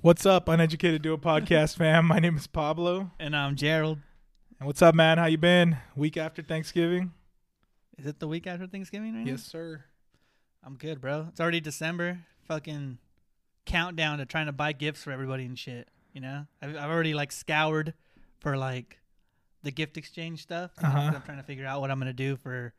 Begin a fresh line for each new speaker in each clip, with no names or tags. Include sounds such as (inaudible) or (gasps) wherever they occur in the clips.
What's up, Uneducated Do a Podcast fam? My name is Pablo.
And I'm Gerald.
And what's up, man? How you been? Week after Thanksgiving?
Is it the week after Thanksgiving right now?
sir.
I'm good, bro. It's already December. Fucking countdown to trying to buy gifts for everybody and shit. You know? I've, I've already like scoured for like the gift exchange stuff. you know, 'cause
Uh-huh.
I'm trying to figure out what I'm going to do for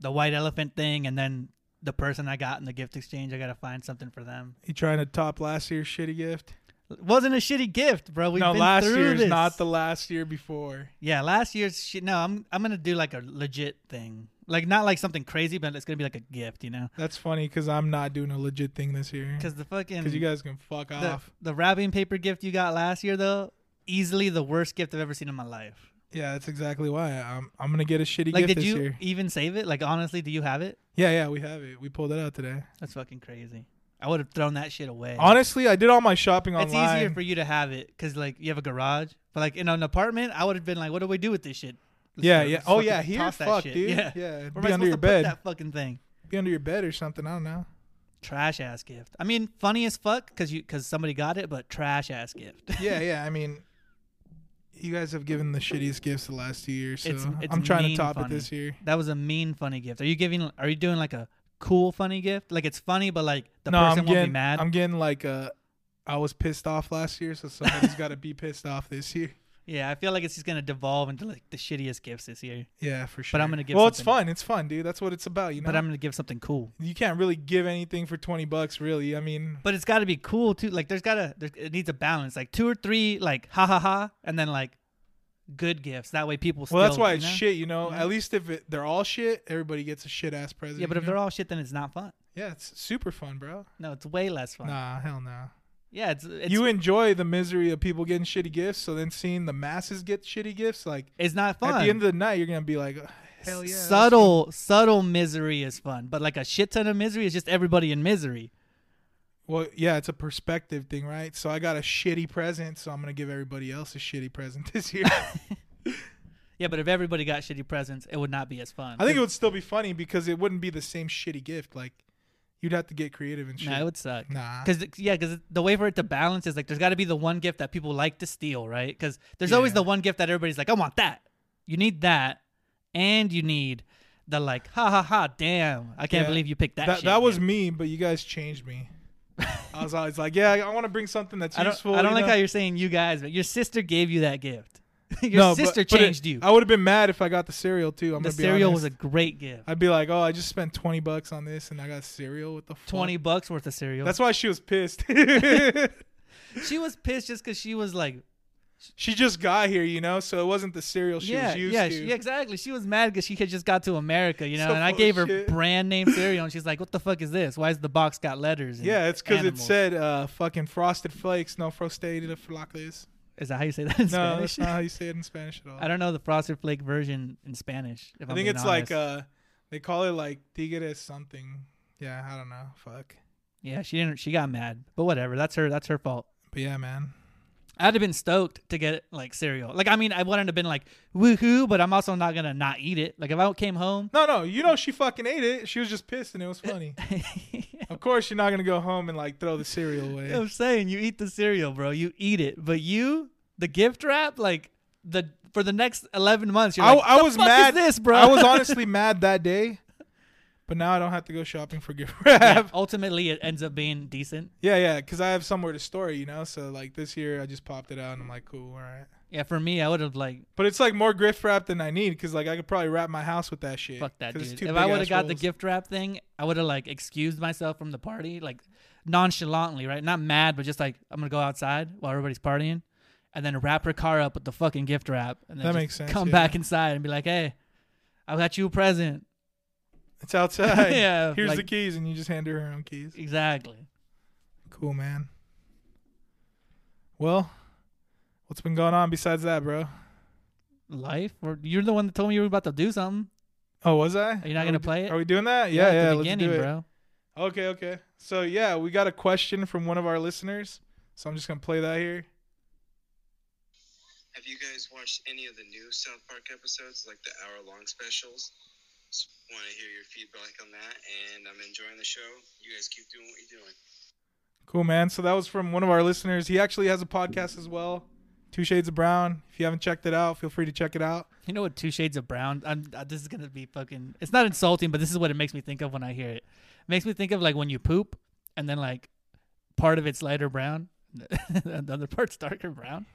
the white elephant thing and then the person I got in the gift exchange. I got to find something for them.
You trying to top last year's shitty gift?
Wasn't a shitty gift, bro. We've
no,
been
last
through
year's
this.
not the last year before.
Yeah, last year's shit. No, I'm I'm gonna do like a legit thing, like not like something crazy, but it's gonna be like a gift, you know?
That's funny because I'm not doing a legit thing this year.
Because the fucking
Because you guys can fuck
the,
off.
the wrapping paper gift you got last year though, easily the worst gift I've ever seen in my life.
Yeah, that's exactly why. I'm I'm gonna get a shitty
Like,
gift
did
this
you
year.
even save it? Like, honestly, do you have it?
Yeah, yeah, we have it. We pulled it out today.
That's fucking crazy. I would have thrown that shit away.
Honestly, I did all my shopping
it's
online.
easier for you to have it because like you have a garage, but like in an apartment, I would have been like, what do we do with this shit? Let's
yeah,
throw-
yeah.
let's
Oh
fucking
yeah, here,
toss that
fuck,
shit.
dude.
Yeah.
Yeah,
Where am
be
I
under
supposed
your
to put
bed.
that fucking thing?
Be under your bed or something. I don't know.
Trash ass gift. I mean, funny as fuck because you because somebody got it, but trash ass gift. (laughs)
yeah, yeah. I mean, you guys have given the shittiest gifts the last two years, so
It's- it's
I'm trying to
mean
top
funny.
it this year.
That was a mean funny gift. Are you giving? Are you doing like a cool funny gift? Like it's funny, but like the
no,
person
I'm
won't
getting
be mad.
I'm getting like uh, I was pissed off last year, so somebody's got to be pissed off this year. (laughs)
yeah, I feel like it's just gonna devolve into like the shittiest gifts this year.
Yeah, for sure.
But I'm gonna give
Well, it's
something-
fun. It's fun, dude. That's what it's about. You know.
But I'm gonna give something cool.
You can't really give anything for twenty bucks, really. I mean,
But it's got to be cool too. Like there's gotta there, it needs a balance. Like two or three like ha ha ha, and then like good gifts. That way people.
well, that's
still,
why
you
it's
know?
shit. You know,
Yeah.
at least if it, they're all shit, everybody gets a shit ass present.
Yeah, but
you
if
know?
they're all shit, then it's not fun.
yeah, it's super fun, bro.
No, it's way less fun.
Nah, hell no. Nah.
Yeah, it's it's
you enjoy the misery of people getting shitty gifts, so then seeing the masses get shitty gifts, like
it's not fun.
at the end of the night, you're gonna be like, "Ugh, hell yeah, that's fun."
subtle subtle misery is fun, but like a shit ton of misery is just everybody in misery.
Well, yeah, it's a perspective thing, right? So I got a shitty present, so I'm gonna give everybody else a shitty present (laughs) this
(laughs)
year.
Yeah, but if everybody got shitty presents, it would not be as fun.
I think it would still be funny because it wouldn't be the same shitty gift. Like you'd have to get creative and shit.
Nah, it would suck.
nah,
Cause it- yeah, cause the way for it to balance is like there's got to be the one gift that people like to steal, right? Cause there's always
Yeah.
the one gift that everybody's like, I want that. You need that, and you need the like, ha ha ha, damn, I can't
Yeah.
believe you picked that.
that
shit,
that was
dude."
me, but you guys changed
(laughs)
me. I was always like, yeah, I want to bring something that's
I don't,
useful.
I don't
you
like
know?
how you're saying you guys, but your sister gave you that gift. (laughs) your
No, but-
sister
but it-
changed you.
I would have been mad if I got the cereal too. I'm
the
gonna be
cereal
honest.
was a great gift.
I'd be like, oh, I just spent twenty bucks on this and I got cereal. What the fuck?
Twenty bucks worth of cereal.
That's why she was
(laughs)
pissed. (laughs)
she was pissed just because she was like,
she just got here, you know, so it wasn't the cereal she
yeah,
was used
yeah,
to.
she- yeah, exactly. She was mad because she had just got to America, you know,
So
and I
full
gave her
of shit.
brand name cereal, and she's like, "What the fuck is this? Why is the box got letters?" and
Yeah, it's because it
animals?"
said uh, fucking frosted flakes, no frosted flakes.
"Is that how you say that in
No,
Spanish?"
that's not how you say it in Spanish at all.
(laughs) I don't know the frosted flake version in Spanish. If
I
I'm
think
being
it's like
honest.
uh, they call it like tigres something. Yeah, I don't know. Fuck.
yeah, she didn't. She got mad, but whatever. That's her. That's her fault.
But yeah, man.
I'd have been stoked to get like cereal. Like, I mean, I wouldn't have been like woohoo, but I'm also not gonna not eat it. Like, if I came home,
No, no, you know she fucking ate it. She was just pissed and it was
(laughs)
funny. of course, you're not gonna go home and like throw the cereal away.
I'm saying you eat the cereal, bro. You eat it, but you the gift wrap like the for the next 11 months. You're
I,
like,
I
"The
was
fuck is
mad.
this, bro. (laughs)
I was honestly mad that day, but now I don't have to go shopping for gift
Yeah,
(laughs) wrap.
ultimately, it ends up being decent.
Yeah, yeah, because I have somewhere to store it, you know. So like this year, I just popped it out and I'm like, cool, all right.
Yeah, for me, I would have like
But it's like more gift wrap than I need because like I could probably wrap my house with that shit.
fuck that
'cause it's
dude.
two
If I
big
would have
ass
got the
rolls.
gift wrap thing, I would have like excused myself from the party, like nonchalantly, right? Not mad, but just like I'm gonna go outside while everybody's partying, and then wrap her car up with the fucking gift wrap, and then
That
just
makes sense,
Come
yeah.
back inside and be like, hey, I got you a present.
it's outside.
(laughs) Yeah,
here's
like- E
the keys, and you just hand her her own keys.
Exactly.
Cool, man. Well, what's been going on besides that, bro?
life or you're the one that told me you were about to do something
Oh, was I?
Are you not
we
gonna
do-
play it?
Are we doing that? Yeah, yeah.
at the
let's
beginning
do it.
bro
Okay, okay. So yeah, we got a question from one of our listeners. So I'm just gonna play that here.
Have you guys watched any of the new South Park episodes, like the hour long specials? want to hear your feedback on that. And I'm enjoying the show. You guys keep doing what you're doing.
Cool, man. So that was from one of our listeners. He actually has a podcast as well, Two Shades of Brown. If you haven't checked it out, feel free to check it out.
You know what? Two shades of brown. I'm, uh, this is gonna be fucking. It's not insulting, but this is what it makes me think of when I hear it. makes me think of like when you poop, and then like part of it's lighter brown, (laughs) and the other part's darker brown.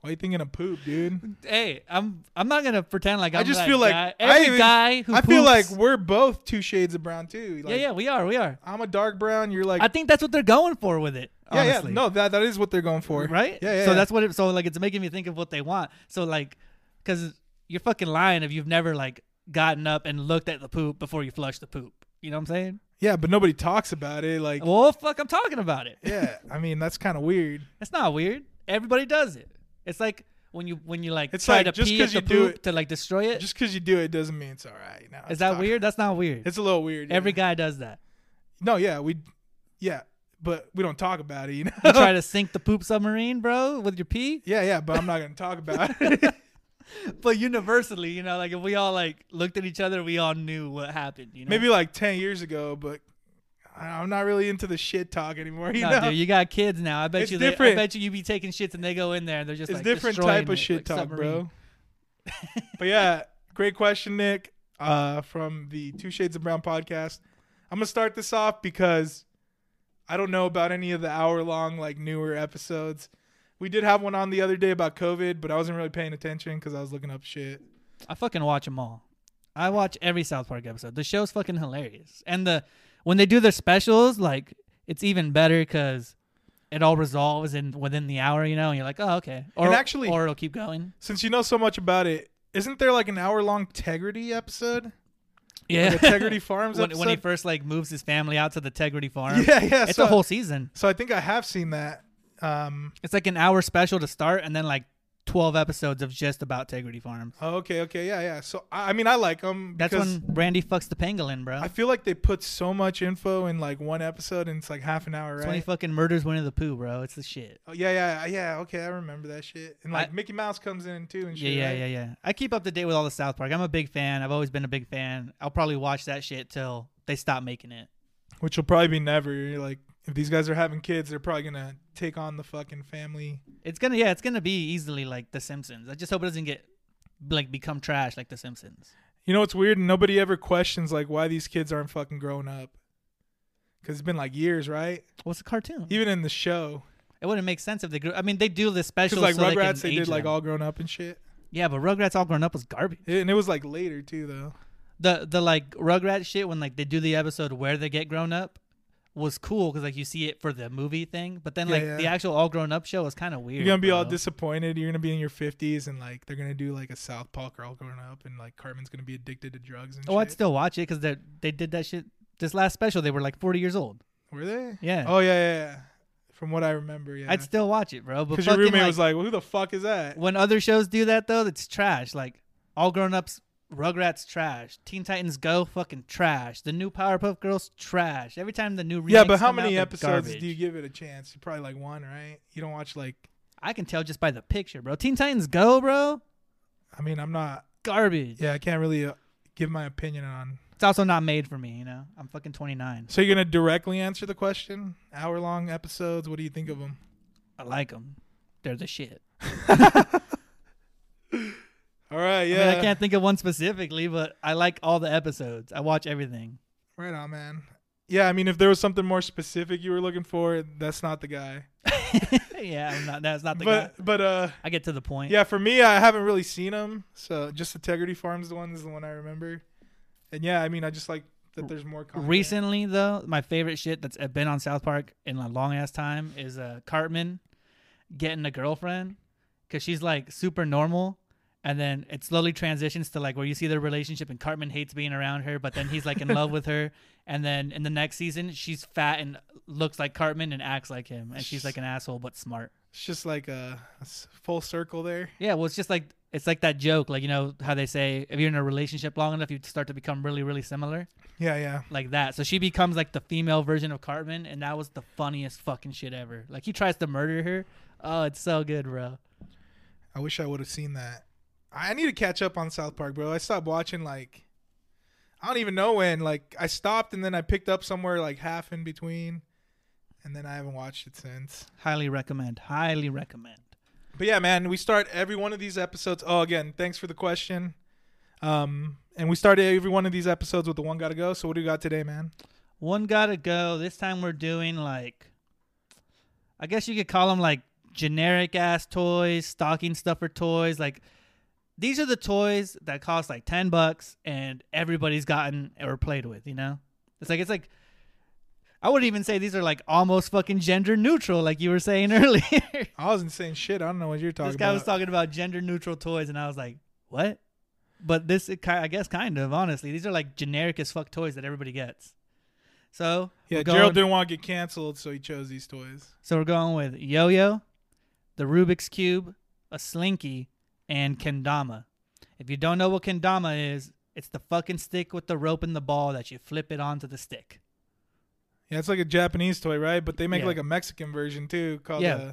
Why are you thinking of poop, dude?
Hey, I'm I'm not gonna pretend like I'm
I just
that
feel like
guy.
I
every
even-
guy who
I feel like
poops-
we're both two shades of brown too. Like,
yeah, yeah, we are, we are.
I'm a dark brown. You're like
I think that's what they're going for with it.
yeah,
honestly.
yeah. No, that that is what they're going (laughs) for,
right?
Yeah, yeah.
So
yeah.
that's what. It, so like, it's making me think of what they want. So like, because you're fucking lying if you've never like gotten up and looked at the poop before you flush the poop. You know what I'm saying?
yeah, but nobody talks about it. Like,
Well, (laughs) fuck, I'm talking about it.
yeah, I mean that's kind of weird.
That's not weird. Everybody does it. It's like when you when you like
It's
try
like,
to
just
pee at
'cause
the
you do
poop
it-
to like destroy it. Is
Just because you do it doesn't mean it's all right. No, it's
that
not-
weird? That's not weird.
It's a little weird.
Every
yeah.
guy does
(laughs)
that.
No, yeah, we, yeah, but we don't talk about it. You (laughs) know.
You try to sink the poop submarine, bro, with your pee.
(laughs)
(laughs)
yeah, yeah, but I'm not gonna talk about it.
But universally, you know, like if we all like looked at each other, we all knew what happened. You know,
Maybe like ten years ago, but I- I'm not really into the shit talk anymore. You
No,
know.
dude, you got kids now. I bet
It's
you. They, I
different.
bet you you be taking shits and they go in there and they're just
it's
like
different
destroying
type of
it,
shit
like
talk,
submarine.
bro. but yeah,
(laughs)
great question, Nick. Uh, from the Two Shades of Brown podcast. I'm gonna start this off because I don't know about any of the hour long like newer episodes. We did have one on the other day about COVID, but I wasn't really paying attention because I was looking up shit.
I fucking watch them all. I watch every South Park episode. The show's fucking hilarious, and the when they do their specials, like it's even better because it all resolves in within the hour. You know, and you're like, oh okay, or
And actually-
or it'll keep going.
Since you know so much about it, isn't there like an hour long Tegrity episode?
Yeah, (laughs)
Like a Tegrity Farms
when, when he
episode?
first like moves his family out to the Tegrity farm.
yeah, yeah.
it's
so,
a whole season.
so I think I have seen that. Um,
It's like an hour special to start, and then like twelve episodes of just about Tegrity Farms.
oh, okay, okay, yeah, yeah. So I, I mean, I like them.
That's when Randy fucks the pangolin, bro.
I feel like they put so much info in like one episode, and it's like half an hour,
That's when he
right?
fucking murders Winnie the Pooh, bro. It's the shit.
Oh, yeah, yeah, yeah. Okay, I remember that shit. And like
I-
Mickey Mouse comes in too, and
Yeah,
shit.
yeah,
right?
yeah, yeah. I keep up to date with all the South Park. I'm a big fan. I've always been a big fan. I'll probably watch that shit till they stop making it.
Which will probably be never. You're like, if these guys are having kids, they're probably gonna take on the fucking family.
It's gonna, yeah, it's gonna be easily like The Simpsons. I just hope it doesn't get like become trash like The Simpsons.
You know what's weird? Nobody ever questions like why these kids aren't fucking growing up. Cause it's been like years, right?
What's a cartoon?
Even in the show,
It wouldn't make sense if they grew. I mean, they do this
because
special.
like
so they, can
Rugrats, they,
age
did like
them.
all grown up and shit,
Yeah, but Rugrats all grown up was garbage.
and it was like later too, though.
the the like Rugrats shit when like they do the episode where they get grown up was cool because like you see it for the movie thing, but then
Yeah,
like
yeah.
the actual all grown up show was kind of weird.
You're gonna be all
bro.
disappointed. You're gonna be in your fifties, and like they're gonna do like a Southpaw girl growing up, and like Cartman's gonna be addicted to drugs and
Oh, I'd
shit.
still watch it because they they did that shit this last special. They were like forty years old.
Were they?
Yeah.
Oh yeah, yeah. yeah. From what I remember, yeah.
I'd still watch it, bro. But
Because your
fucking,
roommate
like,
was like, well, "Who the fuck is that?"
when other shows do that though, it's trash. Like all grown ups, Rugrats trash, Teen Titans Go fucking trash, the new Powerpuff Girls trash. Every time the new
Yeah,
remakes
but how
come out,
many
they're
episodes
garbage.
do you give it a chance? Probably like one, right? You don't watch like.
I can tell just by the picture, bro. Teen Titans Go, bro,
I mean, I'm not.
garbage.
Yeah, I can't really uh, give my opinion on.
It's also not made for me, you know. I'm fucking 29.
So you're gonna directly answer the question? Hour long episodes. What do you think of them?
I like them. They're the shit.
All right. Yeah.
I mean, I can't think of one specifically, but I like all the episodes. I watch everything. (laughs)
Right on, man. Yeah, I mean, if there was something more specific you were looking for, that's not the guy.
yeah, I'm not, that's not the guy.
but but uh,
I get to the point.
yeah, for me, I haven't really seen him. So just Integrity Farms, the one is the one I remember. And yeah, I mean, I just like that. There's more content.
Recently, though, my favorite shit that's uh, been on South Park in a long ass time is uh, Cartman getting a girlfriend because she's like super normal. And then it slowly transitions to like where you see their relationship and Cartman hates being around her, but then he's like in love with her. And then in the next season, she's fat and looks like Cartman and acts like him. And she's like an asshole, but smart.
It's just like a, a s- full circle there.
Yeah, well, it's just like it's like that joke, like you know how they say if you're in a relationship long enough, you start to become really, really similar,
Yeah, yeah.
like that. So she becomes like the female version of Cartman, and that was the funniest fucking shit ever. Like he tries to murder her. Oh, it's so good, bro.
I wish I would have seen that. I I need to catch up on South Park, bro. I stopped watching like I don't even know when. Like I stopped and then I picked up somewhere like half in between, and then I haven't watched it since.
Highly recommend. Highly recommend.
But yeah, man, we start every one of these episodes. Oh, again, thanks for the question. Um, and we start every one of these episodes with the one gotta go. So what do you got today, man?
One gotta go. This time we're doing like, I guess you could call them like generic ass toys, stocking stuffer toys. Like these are the toys that cost like ten bucks, and everybody's gotten or played with. You know, it's like it's like. I would even say these are like almost fucking gender neutral, like you were saying (laughs) earlier.
I wasn't saying shit. I don't know what you're talking
this guy
about.
was talking about gender neutral toys, and I was like, what? But this, it ki- I guess, kind of honestly, these are like generic as fuck toys that everybody gets. So
yeah,
we're
Gerald
going-
didn't want to get canceled, so he chose these toys.
so we're going with yo-yo, the Rubik's cube, a slinky, and kendama. If you don't know what kendama is, it's the fucking stick with the rope and the ball that you flip it onto the stick. (laughs)
Yeah, it's like a Japanese toy, right? But they make
Yeah.
like a Mexican version too, called
Yeah.
a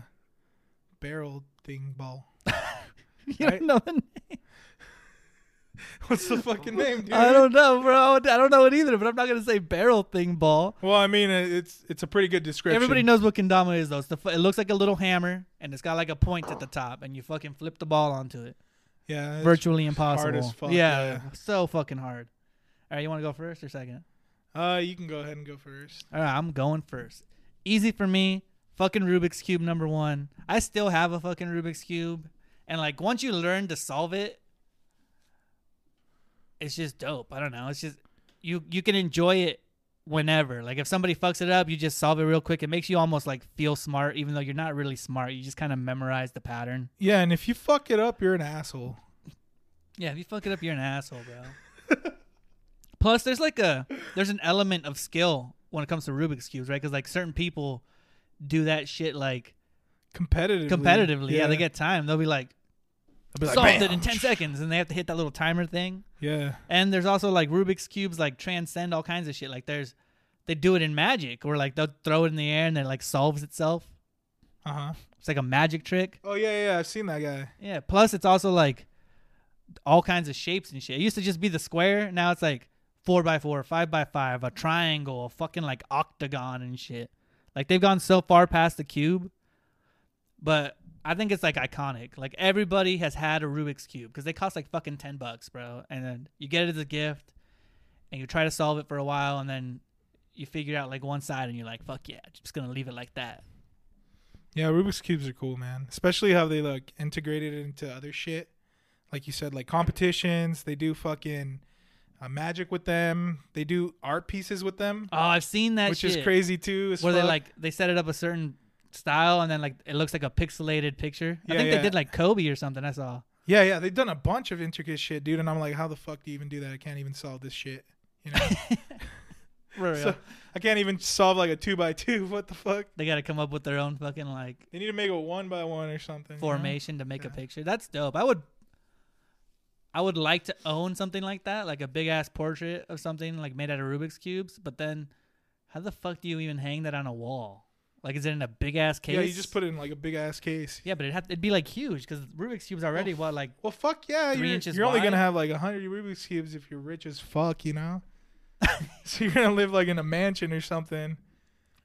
barrel thing ball. (laughs)
You
Right.
don't know the name.
What's the fucking name, dude?
I don't know, bro. I don't know it either, but I'm not gonna say barrel thing ball.
Well, I mean, it- it's it's a pretty good description.
Everybody knows what kendama is, though. It's the, fu- it looks like a little hammer, and it's got like a point at the top, and you fucking flip the ball onto it.
Yeah, it's-
Virtually
hard
impossible.
as fuck,
yeah,
yeah.
so fucking hard. All right, you want to go first or second?
Uh, you can go ahead and go first.
All right, I'm going first. Easy for me. Fucking Rubik's cube number one. I still have a fucking Rubik's cube, and like once you learn to solve it, it's just dope. I don't know. It's just you you can enjoy it whenever. Like if somebody fucks it up, you just solve it real quick. It makes you almost like feel smart, even though you're not really smart. You just kind of memorize the pattern.
Yeah, and if you fuck it up, you're an asshole.
Yeah, if you fuck it up, you're an asshole, bro. (laughs) Plus, there's like a there's an element of skill when it comes to Rubik's cubes, right? Because like certain people do that shit like
Competitively.
competitively. Yeah, they get time. They'll be like
I'll be like,
solved
"Bam."
it in ten seconds, and they have to hit that little timer thing.
Yeah,
And there's also like Rubik's cubes like transcend all kinds of shit. Like there's they do it in magic, or like they'll throw it in the air and it like solves itself.
uh huh.
It's like a magic trick.
Oh yeah, yeah, yeah, I've seen that guy.
Yeah. Plus, it's also like all kinds of shapes and shit. It used to just be the square. Now it's like four by four, five by five, a triangle, a fucking like octagon and shit. Like they've gone so far past the cube, but I think it's like iconic. Like everybody has had a Rubik's cube because they cost like fucking ten bucks, bro. And then you get it as a gift, and you try to solve it for a while, and then you figure out like one side, and you're like, "Fuck yeah, just gonna leave it like that."
Yeah, Rubik's cubes are cool, man. Especially how they like integrated it into other shit. Like you said, like competitions. They do fucking uh, magic with them. They do art pieces with them,
Oh, I've seen that,
which
shit.
is crazy too. as
where they
fuck.
like they set it up a certain style and then like it looks like a pixelated picture. I
Yeah,
think
yeah.
they did like Kobe or something. I saw.
Yeah, yeah, they've done a bunch of intricate shit, dude. And I'm like, how the fuck do you even do that? I can't even solve this shit.
(laughs)
You know, So- I can't even solve like a two by two. (laughs) What the fuck?
they got to come up with their own fucking like
They need to make a one by one or something. you know?
formation to make a
Yeah.
picture. That's dope. I would. I would like to own something like that, like a big ass portrait of something like made out of Rubik's cubes. But then, how the fuck do you even hang that on a wall? Like, is it in a big ass case?
Yeah, you just put it in like a big ass case.
Yeah, but it'd, have, it'd be like huge because Rubik's cubes already what like
Well, fuck yeah.
Three
you're
inches
you're only
wide?
gonna have like a hundred Rubik's cubes if you're rich as fuck, you know. (laughs) so you're gonna live like in a mansion or something.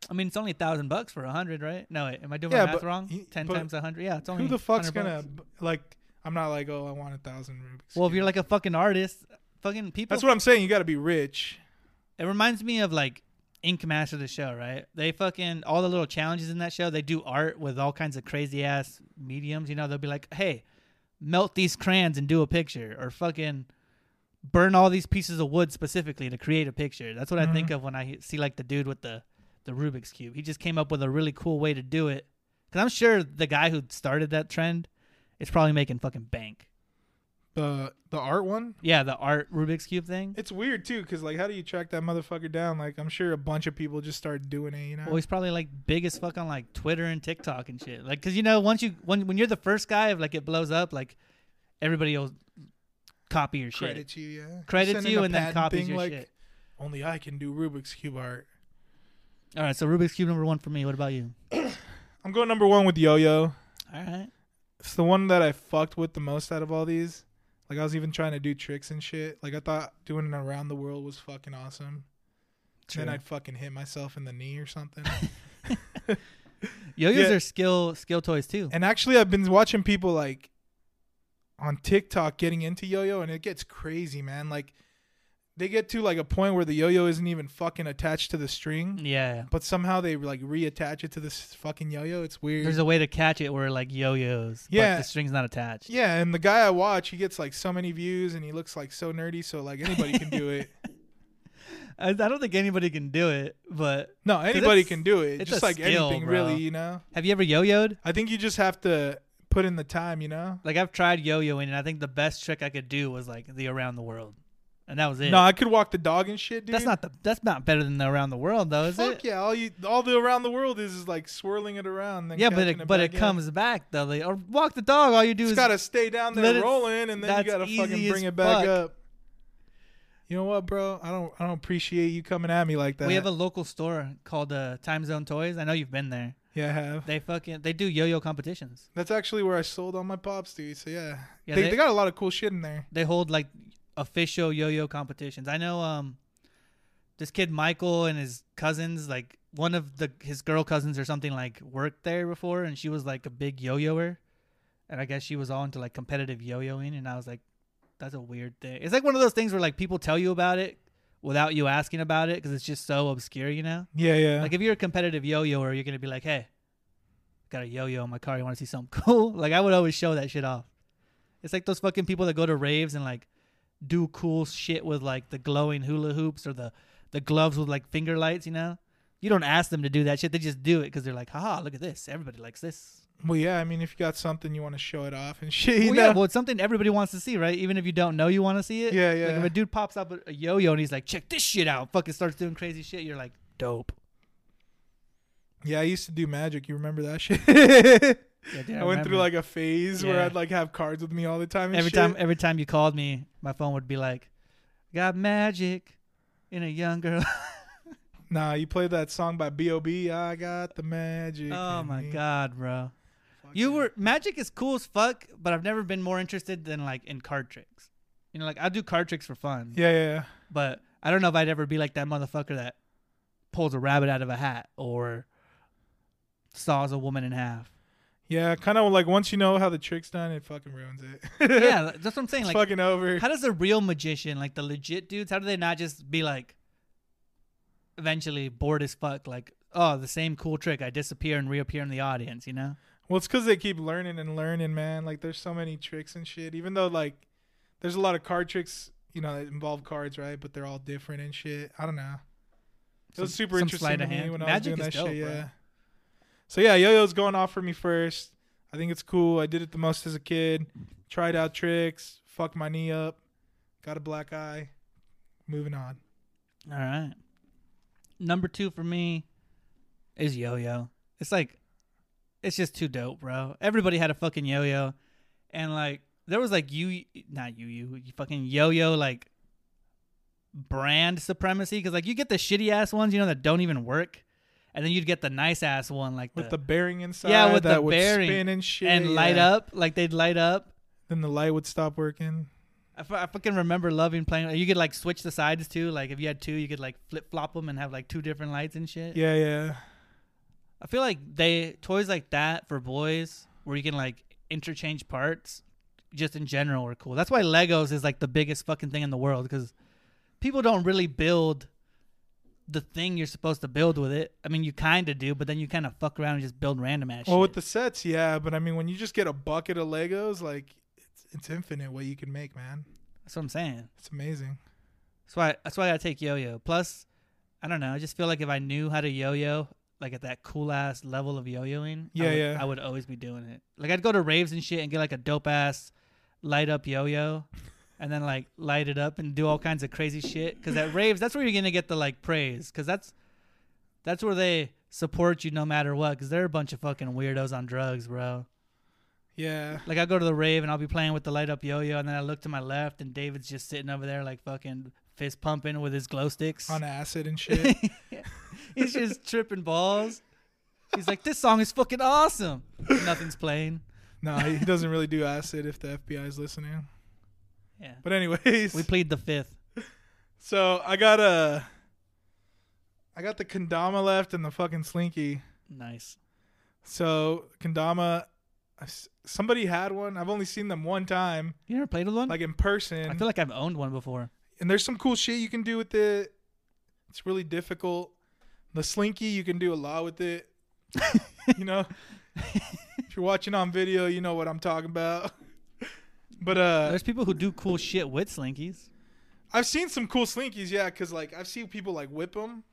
I mean, it's only a thousand bucks for a hundred, right? No, wait, am I doing
Yeah,
my math
but
wrong?
he-
Ten
but
times a hundred, yeah. It's only
Who the fuck's
100
gonna
bucks.
b- like? I'm not like, oh, I want a thousand Rubik's.
Well, if you're
cubes.
like a fucking artist, fucking people.
that's what I'm saying. You got to be rich.
it reminds me of like Ink Master the show, right? They fucking all the little challenges in that show. They do art with all kinds of crazy ass mediums. You know, they'll be like, hey, melt these crayons and do a picture, or fucking burn all these pieces of wood specifically to create a picture. That's what I think of when I he- see like the dude with the the Rubik's cube. He just came up with a really cool way to do it. Cause I'm sure the guy who started that trend is probably making fucking bank.
The the art one.
Yeah, the art Rubik's cube thing.
It's weird too, cause like, how do you track that motherfucker down? Like, I'm sure a bunch of people just started doing it. You know.
Well, he's probably like big as fuck on like Twitter and TikTok and shit. Like, cause you know, once you when when you're the first guy, if like it blows up, like everybody will copy your shit.
credits you, yeah.
Credits
Send in
you
a
and then
patent
copies
thing
your
like,
shit.
Only I can do Rubik's cube art.
All right, so Rubik's cube number one for me. What about you?
I'm going number one with Yo Yo.
All right,
It's the one that I fucked with the most out of all these. Like I was even trying to do tricks and shit. Like I thought doing an around the world was fucking awesome.
True.
Then I'd fucking hit myself in the knee or something. (laughs)
Yo-yos
Yeah.
are skill skill toys too.
and actually, I've been watching people like on TikTok getting into yo-yo, and it gets crazy, man. Like they get to like a point where the yo-yo isn't even fucking attached to the string,
yeah.
but somehow they like reattach it to this fucking yo-yo. It's weird.
There's a way to catch it where like yo-yos,
Yeah.
but the string's not attached.
yeah, and the guy I watch, he gets like so many views, and he looks like so nerdy. So like anybody can do it.
I, I don't think anybody can do it, but
No, anybody
it's-
can do it.
it's
Just
a
like
skill,
anything,
bro.
really. You know.
have you ever yo-yoed?
I think you just have to put in the time. You know.
Like I've tried yo-yoing and I think the best trick I could do was like the around the world. And that was it.
No, I could walk the dog and shit, dude.
that's not the that's not better than the around the world though, is
Fuck
it?
yeah! All you, all the around the world is is like swirling it around. Then
Yeah, but
catching
it, but
back
it
in.
comes back though. Like, or walk the dog. All you do
It's
is
gotta stay down
let
there
it-
rolling, and then you
that's
gotta fucking
easy
bring
as
it back
fuck.
up. You know what, bro? I don't, I don't appreciate you coming at me like that.
we have a local store called uh, Time Zone Toys. I know you've been there.
yeah, I have.
They fucking they do yo-yo competitions.
That's actually where I sold all my pops, dude. So yeah,
Yeah,
they,
they-
they got a lot of cool shit in there.
They hold like official yo-yo competitions. I know um this kid Michael and his cousins like one of the his girl cousins or something like worked there before and she was like a big yo-yoer. And I guess she was all into like competitive yo-yoing and I was like that's a weird thing. It's like one of those things where like people tell you about it without you asking about it cuz it's just so obscure, you know?
Yeah, yeah.
Like if you're a competitive yo-yoer, you're gonna be like, "Hey, got a yo-yo in my car. You want to see something (laughs) cool?" Like I would always show that shit off. It's like those fucking people that go to raves and like do cool shit with like the glowing hula hoops or the the gloves with like finger lights. You know, you don't ask them to do that shit. They just do it because they're like, "Haha, look at this. Everybody likes this."
well, yeah. I mean, if you got something you want to show it off and shit, you
Well,
know.
yeah, well, it's something everybody wants to see, right? Even if you don't know you want to see it.
Yeah,
Like
yeah.
if a dude pops up with a yo-yo and he's like, "Check this shit out," fucking starts doing crazy shit. You're like, "Dope."
yeah, I used to do magic. You remember that (laughs) shit?
Yeah, dude,
I, went through
remember.
like a phase where
Yeah.
I'd like have cards with me all the time. And
every
shit.
time every time you called me, my phone would be like, "Got magic in a young girl."
Nah, you played that song by B.O.B. I got the magic.
(laughs) oh
in
my
me.
god, bro!
Fuck
You
yeah.
were magic is cool as fuck, but I've never been more interested than like in card tricks. You know, like I do card tricks for fun,
Yeah, yeah, yeah.
but I don't know if I'd ever be like that motherfucker that pulls a rabbit out of a hat or saws a woman
(laughs)
in half.
Yeah, kind of like once you know how the trick's done, it fucking ruins it. (laughs)
yeah, that's what I'm saying.
it's
Like,
fucking over.
how does a real magician, like the legit dudes, how do they not just be like eventually bored as fuck, like, oh, the same cool trick, I disappear and reappear in the audience, you know?
Well, it's because they keep learning and learning, man. Like there's so many tricks and shit. Even though like there's a lot of card tricks, you know, that involve cards, right? But they're all different and shit. I don't know. It was
Some-
super
some
interesting
sleight
to
of
me
hand.
when
Magic
I was doing
is
that
dope,
shit.
bro.
Yeah. So yeah, yo-yo's going off for me first. I think it's cool. I did it the most as a kid. Tried out tricks. Fucked my knee up. Got a black eye. Moving on.
All right. Number two for me is yo yo. It's like, it's just too dope, bro. Everybody had a fucking yo yo. And like, there was like you, not you, you, you fucking yo yo, like brand supremacy. Cause like you get the shitty ass ones, you know, that don't even work. And then you'd get the nice ass one, like
With
the
the bearing inside.
yeah, with
that
the
would
bearing
spin and shit.
and light
yeah.
up like they'd light up
Then the light would stop working.
I fu- I fucking remember loving playing you could like switch the sides too like if you had two you could like flip flop them and have like two different lights and shit
Yeah, yeah.
i feel like they toys like that for boys where you can like interchange parts just in general are cool that's why legos is like the biggest fucking thing in the world because people don't really build the thing you're supposed to build with it i mean you kind of do but then you kind of fuck around and just build random
Well,
ass shit.
Oh, with the sets, yeah, but I mean, when you just get a bucket of Legos, like it's, it's infinite what you can make, man.
that's what i'm saying
It's amazing.
That's why that's why I take yo-yo. Plus, I don't know. I just feel like if I knew how to yo-yo, like at that cool ass level of yo-yoing,
Yeah,
I would,
yeah.
I would always be doing it. Like I'd go to raves and shit and get like a dope ass light up yo-yo, and then like light it up and do all kinds of crazy shit. Because at raves, that's where you're gonna get the like praise. Because that's that's where they support you no matter what. Because they're a bunch of fucking weirdos on drugs, bro.
Yeah,
Like I go to the rave and I'll be playing with the light up yo yo, and then I look to my left and David's just sitting over there like fucking fist pumping with his glow sticks.
on acid and shit.
(laughs) He's just tripping balls. He's like, this song is fucking awesome. (laughs) Nothing's playing.
no, he doesn't really do acid if the FBI is listening.
Yeah.
But anyways,
We plead the fifth.
(laughs) so I got a, I got the Kandama left and the fucking Slinky.
Nice.
So Kandama, I s- somebody had one. I've only seen them one time,
You ever played with one?
like in person.
I feel like I've owned one before.
and there's some cool shit you can do with it. It's really difficult. The slinky, you can do a lot with it. you know, if you're watching on video, you know what I'm talking about. But uh,
There's people who do cool shit with slinkies.
I've seen some cool slinkies, yeah, because like I've seen people like whip them,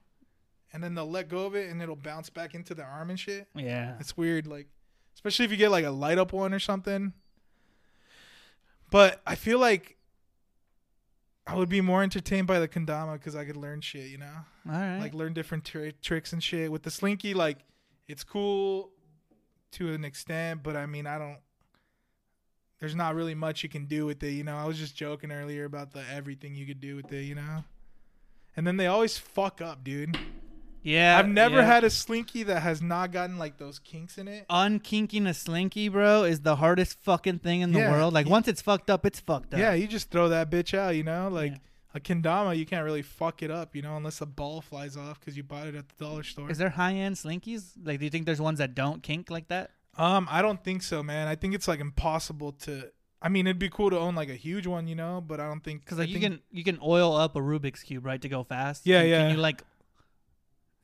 and then they'll let go of it, and it'll bounce back into their arm and shit.
Yeah.
(laughs) It's weird, like especially if you get like a light up one or something. But I feel like I would be more entertained by the kendama because I could learn shit, you know,
All right.
like learn different tri tricks and shit. With the slinky, like it's cool to an extent, but I mean, I don't. There's not really much you can do with it, you know. I was just joking earlier about the everything you could do with it, you know. And then they always fuck up, dude.
yeah.
I've never
yeah.
had a slinky that has not gotten like those kinks in it.
unkinking a slinky, bro, is the hardest fucking thing in the
Yeah,
world. Like
you-
once it's fucked up, it's fucked up.
Yeah, you just throw that bitch out, you know? Like
Yeah.
a kendama, you can't really fuck it up, you know, unless the ball flies off because you bought it at the dollar store.
Is there high end slinkies? Like, do you think there's ones that don't kink like that?
Um, I don't think so, man. I think it's like impossible to. I mean, it'd be cool to own like a huge one, you know, but I don't think
Because like
I
you
think-
can you can oil up a Rubik's cube right to go fast.
Yeah,
Can-
yeah.
Can you like?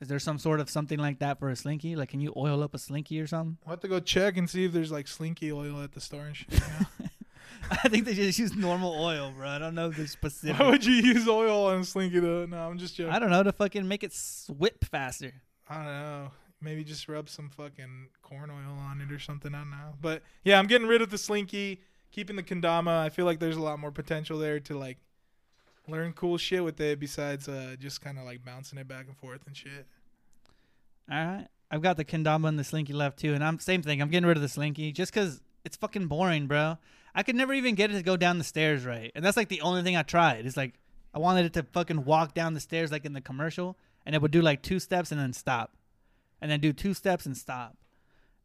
Is there some sort of something like that for a slinky? Like, can you oil up a slinky or something?
I'll have to go check and see if there's like slinky oil at the store and shit.
(laughs)
You
(laughs) I think they just use normal oil, bro. (laughs) I don't know the
know?
specific.
Why would you use oil on a slinky though? No, I'm just joking.
I don't know to fucking make it s- whip faster.
I don't know. Maybe just rub some fucking corn oil on it or something. I don't know. But yeah, I'm getting rid of the slinky, keeping the kendama. I feel like there's a lot more potential there to like learn cool shit with it besides uh, just kind of like bouncing it back and forth and shit.
All right. I've got the kendama and the slinky left too, and I'm same thing. I'm getting rid of the slinky just because it's fucking boring, bro. I could never even get it to go down the stairs right, and that's like the only thing I tried. It's like I wanted it to fucking walk down the stairs like in the commercial, and it would do like two steps and then stop, and then do two steps and stop,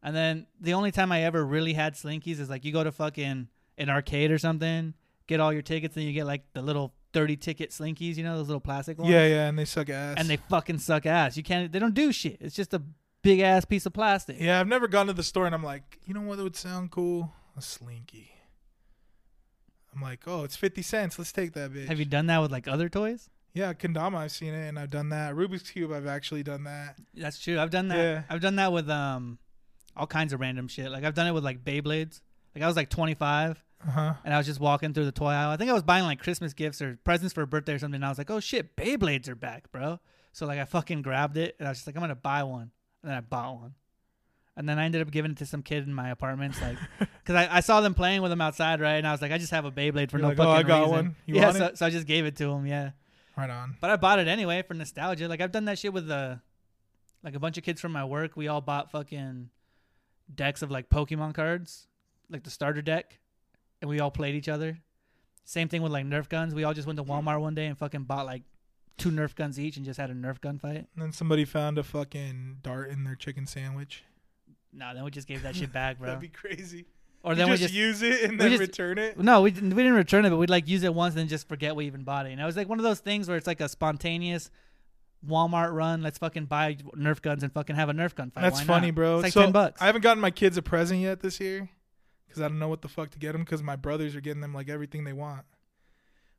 and then the only time I ever really had slinkies is like you go to fucking an arcade or something, get all your tickets, and you get like the little thirty ticket slinkies, you know those little plastic ones
Yeah, yeah, and they suck ass.
and they fucking suck ass. You can't. They don't do shit. It's just a big ass piece of plastic.
yeah, I've never gone to the store and I'm like, you know what would sound cool? A slinky. I'm like, oh, it's fifty cents. Let's take that bitch.
Have you done that with like other toys?
yeah, kendama. I've seen it and I've done that. Rubik's cube. I've actually done that.
That's true. I've done that.
Yeah.
I've done that with um, all kinds of random shit. Like I've done it with like Beyblades. Like I was like 25
Uh huh.
and I was just walking through the toy aisle. I think I was buying like Christmas gifts or presents for a birthday or something. And I was like, oh shit, Beyblades are back, bro. So like I fucking grabbed it and I was just like, I'm gonna buy one. And then I bought one. And then I ended up giving it to some kid in my apartment,
(laughs)
it's like, because I, I saw them playing with them outside, right? And I was like, I just have a Beyblade for
You're
no
like, "Oh,
fucking
I got
reason."
one. You
yeah,
want
so,
it?
so I just gave it to him. Yeah,
Right on.
but I bought it anyway for nostalgia. Like I've done that shit with the, like a bunch of kids from my work. We all bought fucking decks of like Pokemon cards, like the starter deck, and we all played each other. Same thing with like Nerf guns. We all just
Hmm.
went to Walmart one day and fucking bought like two Nerf guns each and just had a Nerf gun fight.
And then somebody found a fucking dart in their chicken sandwich.
No, then we just gave that shit back,
(laughs)
bro.
That'd be crazy.
or
You
then
just,
we just
use it and
we
then
just-
return it.
No, we didn't, we didn't return it, but we'd like use it once and then just forget we even bought it. And it was like one of those things where it's like a spontaneous Walmart run. Let's fucking buy Nerf guns and fucking have a Nerf gun fight.
That's
Why not?
funny, bro.
It's like
so
ten bucks.
I haven't gotten my kids a present yet this year because I don't know what the fuck to get them because my brothers are getting them like everything they want.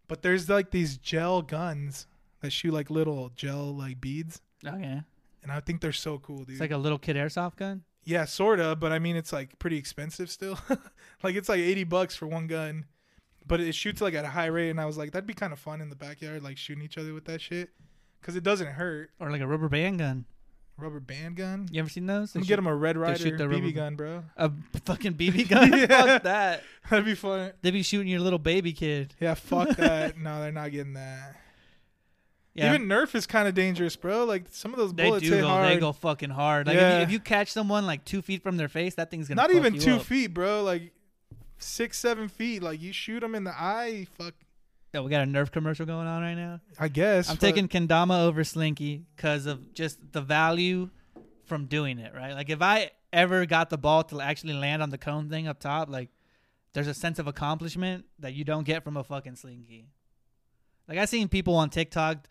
But there's like these gel guns that shoot like little gel like beads,
okay,
and I think they're so cool, dude.
Oh, it's like a little kid airsoft gun.
yeah, sorta, but I mean it's like pretty expensive still. (laughs) like it's like eighty bucks for one gun, but it shoots like at a high rate, and I was like, that'd be kind of fun in the backyard, like shooting each other with that shit, because it doesn't hurt.
Or like a rubber band gun.
rubber band gun.
You ever seen those? They
I'm gonna
shoot-
get him a Red Rider
shoot the rubber-
BB gun, bro. (laughs)
a fucking BB gun.
Yeah.
Fuck that.
That'd be fun.
They be shooting your little baby kid.
Yeah, fuck
(laughs)
that. no, they're not getting that.
Yeah,
Even Nerf is kind of dangerous, bro. Like some of those
they
bullets
do
hit
go.
hard.
They go fucking hard. Like if,
Yeah.
you, if you catch someone like two feet from their face, that thing's gonna
not
fuck
even
you
two
up.
feet, bro. Like six, seven feet. Like you shoot them in the eye. Fuck.
Yeah, we got a Nerf commercial going on right now.
I guess.
I'm
but-
taking Kendama over Slinky because of just the value from doing it, right? Like if I ever got the ball to actually land on the cone thing up top, like there's a sense of accomplishment that you don't get from a fucking slinky. Like I seen people on TikTok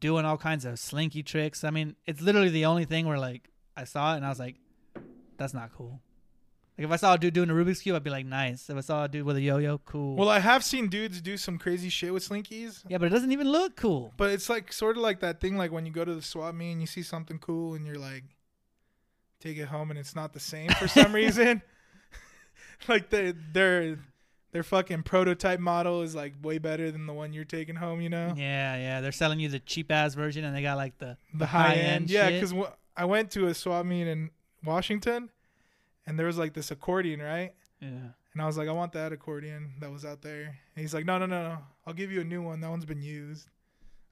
doing all kinds of slinky tricks. I mean, it's literally the only thing where like I saw it and I was like, that's not cool. Like if I saw a dude doing a Rubik's cube, I'd be like, nice. If I saw a dude with a yo-yo, cool.
Well, I have seen dudes do some crazy shit with slinkies,
yeah, but it doesn't even look cool.
but it's like sort of like that thing like when you go to the swap meet and you see something cool and you're like, take it home and it's not the same for
(laughs)
some reason. (laughs) like their their their fucking prototype model is like way better than the one you're taking home. You know.
Yeah, yeah, they're selling you the cheap ass version, and they got like the
the high, end. Yeah,
shit.
because w- I went to a swap meet in Washington, and there was like this accordion, right?
yeah.
And I was like, I want that accordion that was out there. And he's like, No, no, no, no. I'll give you a new one. That one's been used.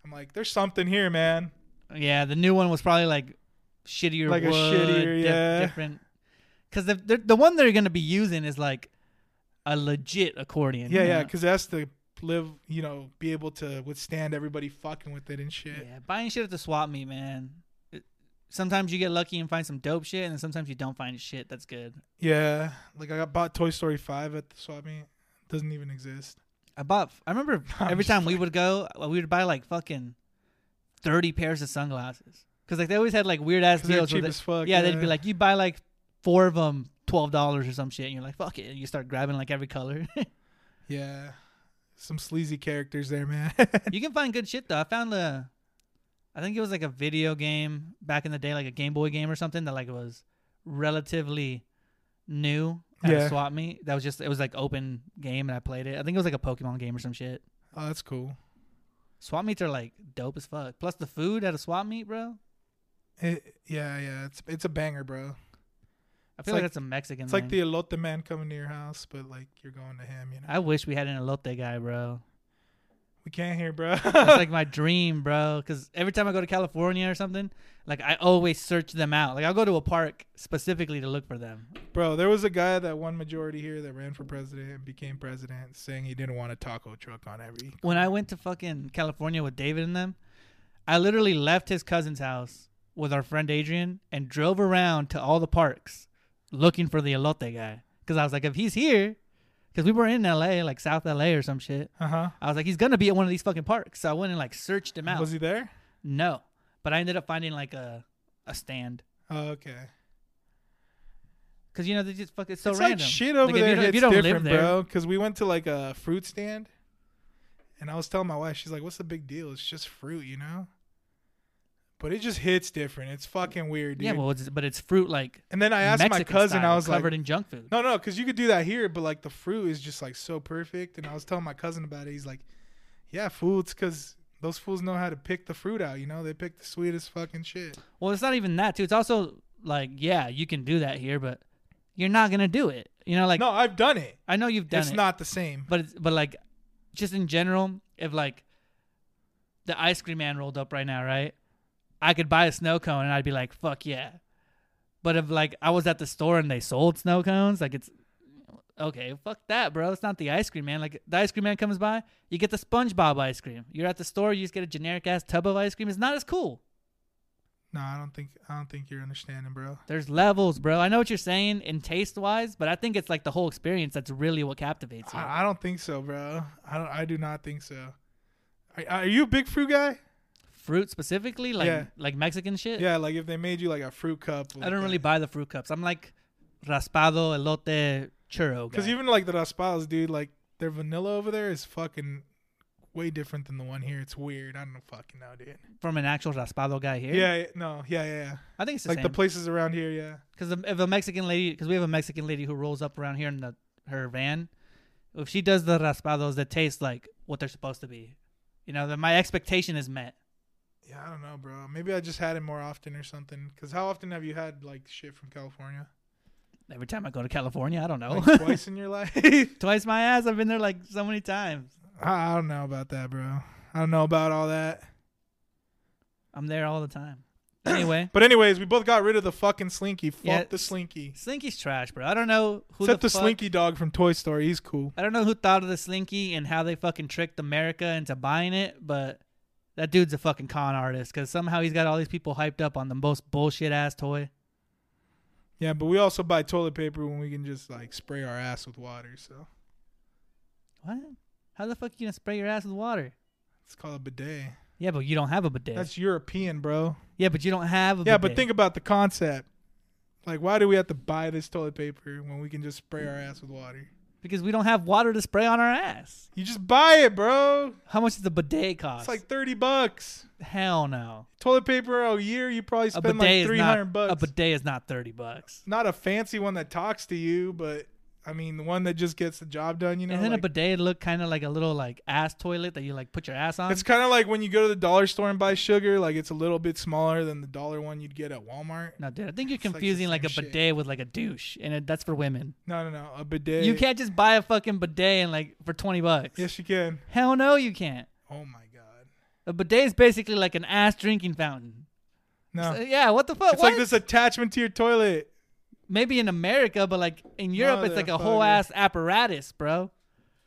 I'm like, There's something here, man.
Yeah, the new one was probably like shittier,
Like a
wood,
shittier,
dif-
yeah.
different. Because the, the the one they're gonna be using is like a legit accordion.
Yeah,
you
yeah,
know?
because that's to live, you know, be able to withstand everybody fucking with it and shit.
yeah. Buying shit at the swap meet, man. It- Sometimes you get lucky and find some dope shit, and then sometimes you don't find shit that's good.
Yeah, like I got bought Toy Story Five at the swap meet. Doesn't even exist.
I bought.
(laughs)
I remember
I'm
every
just
time we would go, uh, we would buy like fucking thirty pairs of sunglasses because like they always had like weird ass
'Cause they're
deals. where
cheap
they-
as fuck,
Yeah, they'd
yeah.
be like, you buy like four of them, twelve dollars or some shit, and you're like, fuck it, and you start grabbing like every color. (laughs)
Yeah, some sleazy characters there, man. (laughs)
you can find good shit though. I found the, I think it was like a video game back in the day, like a Game Boy game or something that like was relatively new at
Yeah.
a swap meet. That was just it was like open game and I played it. I think it was like a Pokemon game or some shit.
oh, that's cool.
Swap meets are like dope as fuck. Plus the food at a swap meet, bro.
It, yeah, yeah, it's it's a banger, bro.
I
It's
feel like,
like-
that's a Mexican.
It's
thing.
like the elote man coming to your house, but like you're going to him. You know,
I wish we had an elote guy, bro.
we can't hear, bro.
That's like my dream, bro. Because every time I go to California or something, like I always search them out. Like I'll go to a park specifically to look for them.
bro, there was a guy that won majority here that ran for president and became president, saying he didn't want a taco truck on every.
When I went to fucking California with David and them, I literally left his cousin's house with our friend Adrian and drove around to all the parks looking for the elote guy. Because I was like, if he's here, because we were in LA, like South LA or some shit.
Uh huh.
I was like, he's gonna be at one of these fucking parks. So I went and like searched him out.
Was he there?
No, but I ended up finding like a a stand
Oh, okay.
because you know they just fuck. It's so
it's
random.
like shit over
Like, if
there.
you don't- if
hits
you don't live
different,
there-
bro. Because we went to like a fruit stand, and I was telling my wife, she's like, "What's the big deal? It's just fruit, you know." But it just hits different. It's fucking weird, dude.
Yeah, well, it's, but it's fruit like
and then I asked
Mexican
my cousin,
style,
I was like,
covered in junk food.
No, no, because you could do that here, but like the fruit is just like so perfect. And I was telling my cousin about it. He's like, "Yeah, fool, it's because those fools know how to pick the fruit out. You know, they pick the sweetest fucking shit."
Well, it's not even that too. It's also like yeah, you can do that here, but you're not gonna do it. You know, like
no, I've done it.
I know you've done
it's
it,
not the same.
but it's, but like just in general, if like the ice cream man rolled up right now, right? I could buy a snow cone and I'd be like, fuck yeah. But if like I was at the store and they sold snow cones, like it's okay, fuck that, bro. It's not the ice cream man. Like the ice cream man comes by, you get the SpongeBob ice cream. You're at the store, you just get a generic ass tub of ice cream. It's not as cool.
No, I don't think I don't think you're understanding, bro.
There's levels, bro. I know what you're saying in taste wise, but I think it's like the whole experience that's really what captivates you.
I, I don't think so, bro. I don't. I do not think so. Are, are you a big fruit guy?
Fruit specifically, like
Yeah.
like Mexican shit.
Yeah, like if they made you like a fruit cup.
I don't really buy the fruit cups. I'm like raspado, elote, churro.
because
guy.
even like the raspados, dude. Like their vanilla over there is fucking way different than the one here. It's weird. I don't fucking know, dude.
from an actual raspado guy here,
Yeah, yeah, no, yeah, yeah, yeah.
I think it's the
like
same.
the places around here, yeah.
Because if a Mexican lady, because we have a Mexican lady who rolls up around here in the, her van, if she does the raspados that taste like what they're supposed to be, you know, then my expectation is met.
Yeah, I don't know, bro. Maybe I just had it more often or something. Cause how often have you had like shit from California?
Every time I go to California, I don't know. (laughs)
Like twice in your (laughs) life? I,
Twice my ass. I've been there like so many times.
I don't know about that, bro. I don't know about all that.
I'm there all the time.
(coughs)
Anyway,
But anyways, we both got rid of the fucking Slinky. Fuck
Yeah.
the Slinky.
Slinky's trash, bro. I don't know who
Except the,
the fuck-
Slinky dog from Toy Story. He's cool.
I don't know who thought of the Slinky and how they fucking tricked America into buying it, but that dude's a fucking con artist because somehow he's got all these people hyped up on the most bullshit ass toy.
Yeah, but we also buy toilet paper when we can just like spray our ass with water. So
What? How the fuck you gonna spray your ass with water?
It's called a bidet.
Yeah, but you don't have a bidet.
That's European, bro.
yeah, but you don't have a
Yeah,
bidet.
but think about the concept. Like, why do we have to buy this toilet paper when we can just spray our ass with water?
because we don't have water to spray on our ass.
You just buy it, bro.
How much does a bidet cost?
It's like thirty bucks.
hell no.
Toilet paper a year, you probably
A
spend
bidet
like
is
three
not
hundred bucks.
a bidet is not thirty bucks.
not a fancy one that talks to you, but I mean the one that just gets the job done. You know,
and then
like-
a bidet look kind of like a little like ass toilet that you like put your ass on.
it's kind of like when you go to the dollar store and buy sugar. Like it's a little bit smaller than the dollar one you'd get at Walmart.
no, dude, I think you're
It's like the
confusing like,
same
a
shit.
bidet with like a douche, and it, that's for women.
No, no, no, a bidet.
You can't just buy a fucking bidet and like for twenty bucks.
Yes, you can.
Hell no, you can't.
Oh my god.
A bidet is basically like an ass drinking fountain.
No,
So, yeah, what the fuck?
it's like
What?
this attachment to your toilet.
Maybe in America, but like in Europe, it's like a whole
Motherfucker.
ass apparatus, bro.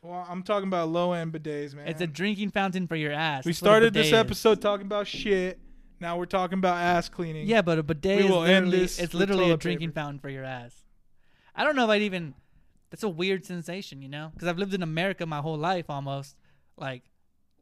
Well, I'm talking about low end bidets, man.
It's a drinking fountain for your ass.
we
That's what a
started this
bidet is.
episode talking about shit. Now we're talking about ass cleaning.
Yeah, but a bidet
We
is
will end
literally,
this with
it's literally a
toilet
drinking
paper.
fountain for your ass. I don't know if I'd even. That's a weird sensation, you know, because I've lived in America my whole life almost. Like,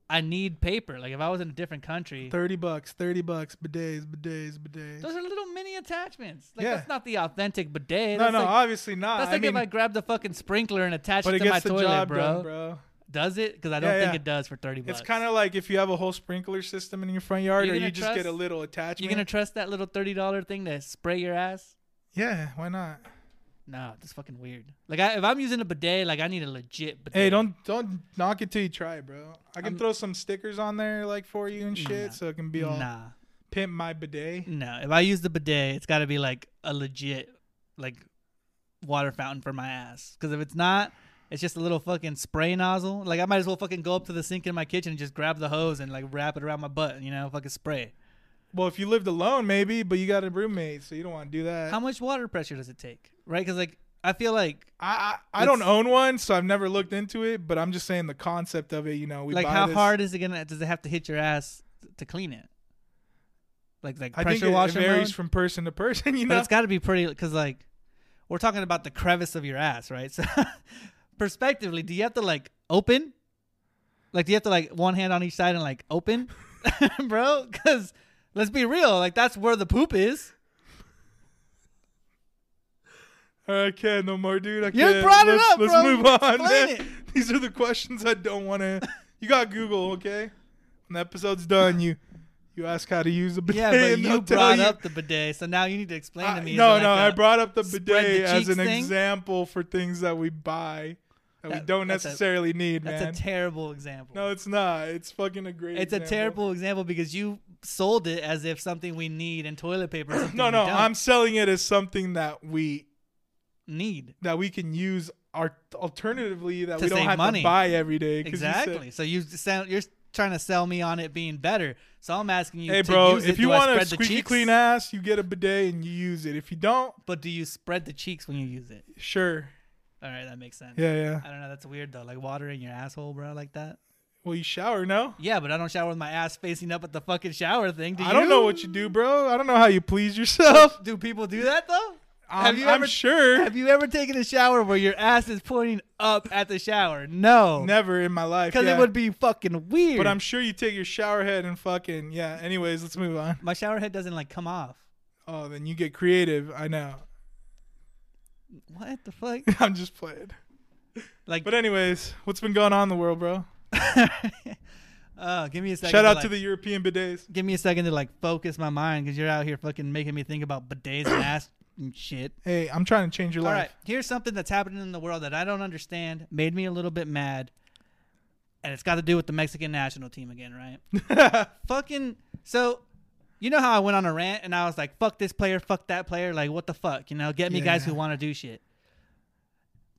I need paper. Like, if I was in a different country,
Thirty bucks, thirty bucks, bidets, bidets, bidets.
those are little mini attachments. Like,
Yeah.
that's not the authentic bidet.
no,
That's
no,
like,
obviously not.
that's
I
like
mean,
if I grabbed the fucking sprinkler and attached
but
it
it
to my
gets the
toilet,
job
bro.
done, bro.
Does it? Because I don't
Yeah,
think
yeah.
it does for thirty bucks.
It's kind of like if you have a whole sprinkler system in your front yard,
You
or
gonna
you just get a
trust-
little attachment.
You gonna trust that little thirty dollar thing to spray your ass?
yeah, why not?
No, that's fucking weird. Like, I, if I'm using a bidet, like I need a legit bidet.
Hey, don't don't knock it till you try, it, bro. I can
I'm-
throw some stickers on there like for you and shit,
Nah.
so it can be all
Nah,
pimp my bidet.
no. If I use the bidet, it's got to be like a legit, like, water fountain for my ass. Because if it's not, it's just a little fucking spray nozzle. Like, I might as well fucking go up to the sink in my kitchen and just grab the hose and like wrap it around my butt and you know fucking spray.
Well, if you lived alone, maybe, but you got a roommate, so you don't want to do that.
How much water pressure does it take? Right? Because like I feel like
I I, I
Let's-
don't own one, so I've never looked into it. But I'm just saying the concept of it. You know, we
like
buy
how
this-
hard is it gonna? Does it have to hit your ass to clean it? Like like
I think
pressure
it, it
washer
varies
mode?
from person to person. (laughs) You
(laughs) But
know,
it's got to be pretty because like we're talking about the crevice of your ass, right? (laughs) So, perspectively, do you have to like open? Like, do you have to like one hand on each side and like open, (laughs) bro? Because let's be real, like that's where the poop is.
I can't no more, dude. I
You
can't.
brought it
let's,
up,
Let's
bro.
move on. (laughs)
Explain
man. These are the questions I don't want
(laughs)
to. You got Google, okay? When the episode's done, you you ask how to use a bidet.
Yeah, but
(laughs) and
you
they'll tell
brought
you.
up the bidet, so now you need to explain
I-
to me. is
no,
it like
no,
a-
I brought up the
spread
bidet
the
as an
cheeks thing?
example for things that we buy that, we
That-
don't
that's a-
necessarily need,
That's
man.
a terrible example.
no, it's not. It's fucking a great.
it's a
example.
terrible example because you sold it as if something we need and toilet
(clears throat)
paper. is something
No,
we
no,
don't
I'm selling it as something that we
need
that we can use. Our alternatively that
To
we don't
save
have
money.
to buy every day. 'cause you said-
Exactly. so you sound you're trying to sell me on it being better. So I'm asking you.
Hey,
to
bro,
use
if
it,
you
do I
want a
spread the
squeaky
cheeks?
clean ass, you get a bidet and you use it. If you don't,
but do you spread the cheeks when you use it?
sure.
All right, that makes sense.
Yeah, yeah.
I don't know. That's weird though. Like water in your asshole, bro, like that.
Well, you shower, no?
Yeah, but I don't shower with my ass facing up at the fucking shower thing. Do
I don't know what you do, bro. I don't know how you please yourself. (laughs)
(laughs) Do people do that though?
I'm,
(laughs) Have you
I'm
ever-
sure.
Have you ever taken a shower where your ass is pointing up at the shower? No,
Never in my life.
because
yeah.
it would be fucking weird.
But I'm sure you take your shower head and fucking yeah. Anyways, let's move on.
my shower head doesn't like come off.
Oh, then you get creative. I know. (laughs)
What the fuck?
I'm just playing.
Like,
But anyways, what's been going on in the world, bro?
oh, give me a second.
Shout out
like-
to the European bidets.
give me a second to like focus my mind because you're out here fucking making me think about bidets and ass and shit.
Hey, I'm trying to change your
All
life.
right, here's something that's happening in the world that I don't understand, made me a little bit mad, and it's got to do with the Mexican national team again, right?
(laughs)
fucking so. You know how I went on a rant and I was like, fuck this player, fuck that player. Like, what the fuck? You know, get me guys
Yeah.
who want to do shit.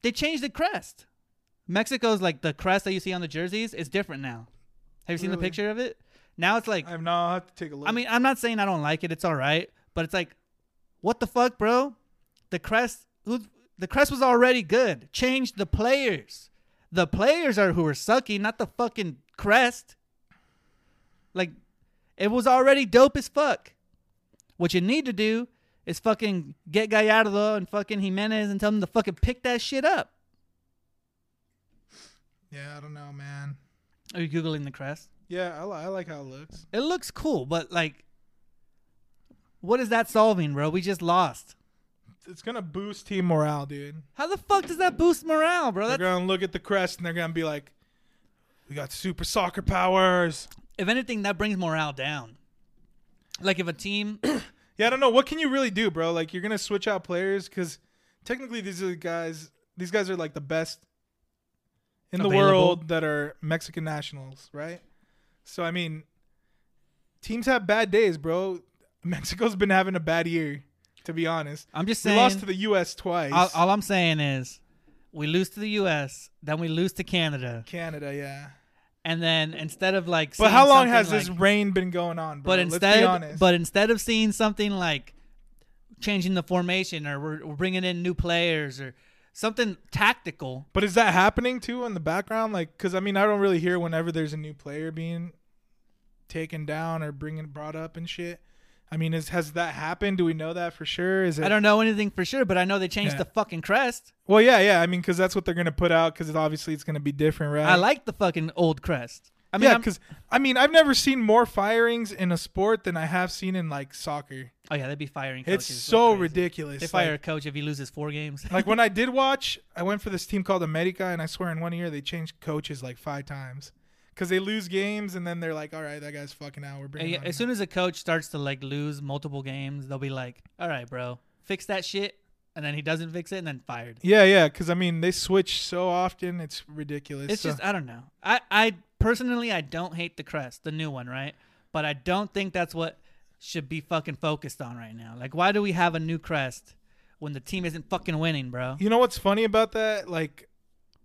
They changed the crest. Mexico's like the crest that you see on the jerseys is different now. Have you seen the
Really?
picture of it? Now it's like
I've now have to take a look.
I mean, I'm not saying I don't like it. It's all right, but it's like, what the fuck, bro? The crest, who? The crest was already good. Change the players. The players are who are sucky, not the fucking crest. Like, it was already dope as fuck. What you need to do is fucking get Gallardo and fucking Jimenez and tell them to fucking pick that shit up.
Yeah, I don't know, man.
Are you googling the crest?
Yeah, I, li- I like how it looks.
It looks cool, but like, what is that solving, bro? We just lost.
It's gonna boost team morale, dude.
How the fuck does that boost morale, bro?
They're
That's,
gonna look at the crest and they're gonna be like, "We got super soccer powers."
if anything, that brings morale down. Like if
(coughs)
a team,
Yeah, I don't know. What can you really do, bro? Like you're gonna switch out players because technically these are the guys. These guys are like the best in the
Available.
world that are Mexican nationals, right? So I mean, teams have bad days, bro. Mexico's been having a bad year, to be honest.
I'm just
We
saying.
lost to the U.S. twice.
all, all I'm saying is, we lose to the U.S., then we lose to Canada,
Canada, yeah.
and then instead of like,
But
seeing
how long
something
has this
like-
rain been going on, bro?
But
Let's be
instead,
honest.
but instead of seeing something like changing the formation or we're, we're bringing in new players or something tactical,
But is that happening too in the background? Like, because I mean, I don't really hear whenever there's a new player being taken down or bringing brought up and shit. I mean, is has that happened? Do we know that for sure? Is it?
I don't know anything for sure, but I know they changed
Yeah.
the fucking crest.
Well, yeah, yeah. I mean, because that's what they're gonna put out. Because obviously it's gonna be different, right?
I like the fucking old crest. I
I
mean,
mean,
I'm-
because I mean, I've never seen more firings in a sport than I have seen in like soccer.
oh yeah, they'd be firing.
It's
coaches like
so
crazy.
ridiculous.
They fire a
Like,
coach if he loses four games.
like when I did watch, I went for this team called America, and I swear in one year they changed coaches like five times. Because they lose games and then they're like, "All right, that guy's fucking out. We're bringing."
(laughs) And yeah,
on
as soon as a coach starts to like lose multiple games, they'll be like, "All right, bro, fix that shit," and then he doesn't fix it, and then fired.
Yeah, yeah, because I mean they switch so often, it's ridiculous.
It's
So-
just uh, I don't know. I I personally I don't hate the crest, the new one, right? But I don't think that's what should be fucking focused on right now. Like, why do we have a new crest when the team isn't fucking winning, bro?
you know what's funny about that? Like,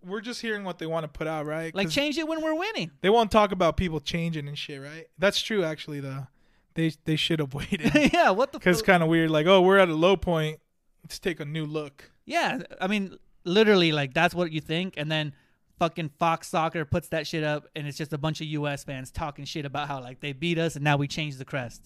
we're just hearing what they want to put out, right?
Like,
'Cause
change it when we're winning.
they won't talk about people changing and shit, right? That's true, actually. Though they they should have (laughs)
(laughs)
waited
yeah, what the?
because
fuck?
kind of weird. Like, oh, we're at a low point. Let's take a new look.
Yeah, I mean, literally, like that's what you think, and then fucking Fox Soccer puts that shit up, and it's just a bunch of U.S. fans talking shit about how like they beat us, and now we changed
(laughs)
the crest.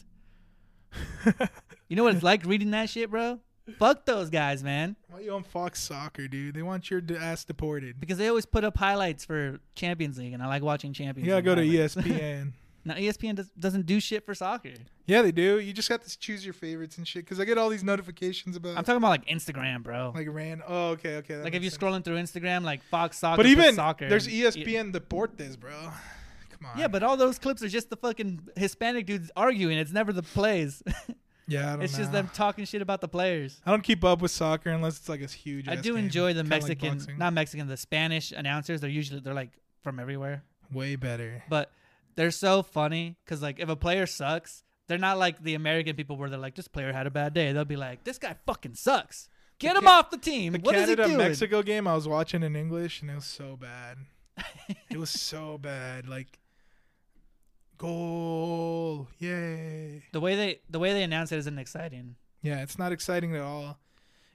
you know what it's like reading that shit, bro? Fuck those guys, man,
Why you on Fox Soccer, dude? They want your d- ass deported.
because they always put up highlights for Champions League, and I like watching Champions.
You gotta
League
go to E
highlights. (laughs)
ESPN.
now E ESPN does, doesn't do shit for soccer.
yeah, they do. You just have to choose your favorites and shit. Because I get all these notifications about
I'm talking about like Instagram, bro. Like,
like ran. Oh, okay, okay. that
if
makes
you're
sense.
scrolling through Instagram, like Fox Soccer,
But
puts
even
soccer.
there's E
and-
ESPN Deportes, bro. Come on.
Yeah, but all those clips are just the fucking Hispanic dudes arguing. It's never the plays. (laughs)
yeah, I don't
it's just
know.
them talking shit about the players.
I don't keep up with soccer unless it's like a huge.
I
ass
do
game,
enjoy the
kinda like
Mexican,
boxing.
not Mexican, the Spanish announcers. They're usually they're like from everywhere,
Way better.
but they're so funny because like if a player sucks, they're not like the American people where they're like this player had a bad day. They'll be like this guy fucking sucks. Get him
Ca-
off the team.
The
What is he
Canada
doing?
Mexico game I was watching in English and it was so bad. it
(laughs)
was so bad. Like goal, yay!
The way they the way they announce it isn't exciting,
Yeah, it's not exciting at all.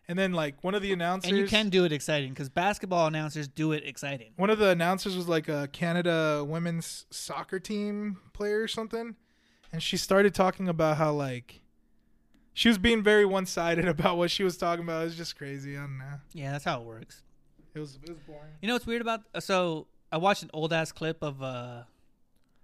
And then like one of the announcers,
and you can do it exciting because basketball announcers do it exciting.
one of the announcers was like a Canada women's soccer team player or something, and she started talking about how like she was being very one sided (laughs) about what she was talking about. It was just crazy. I don't know.
Yeah, that's how it works.
It was it was boring.
You know what's weird about uh, so I watched an old ass clip of uh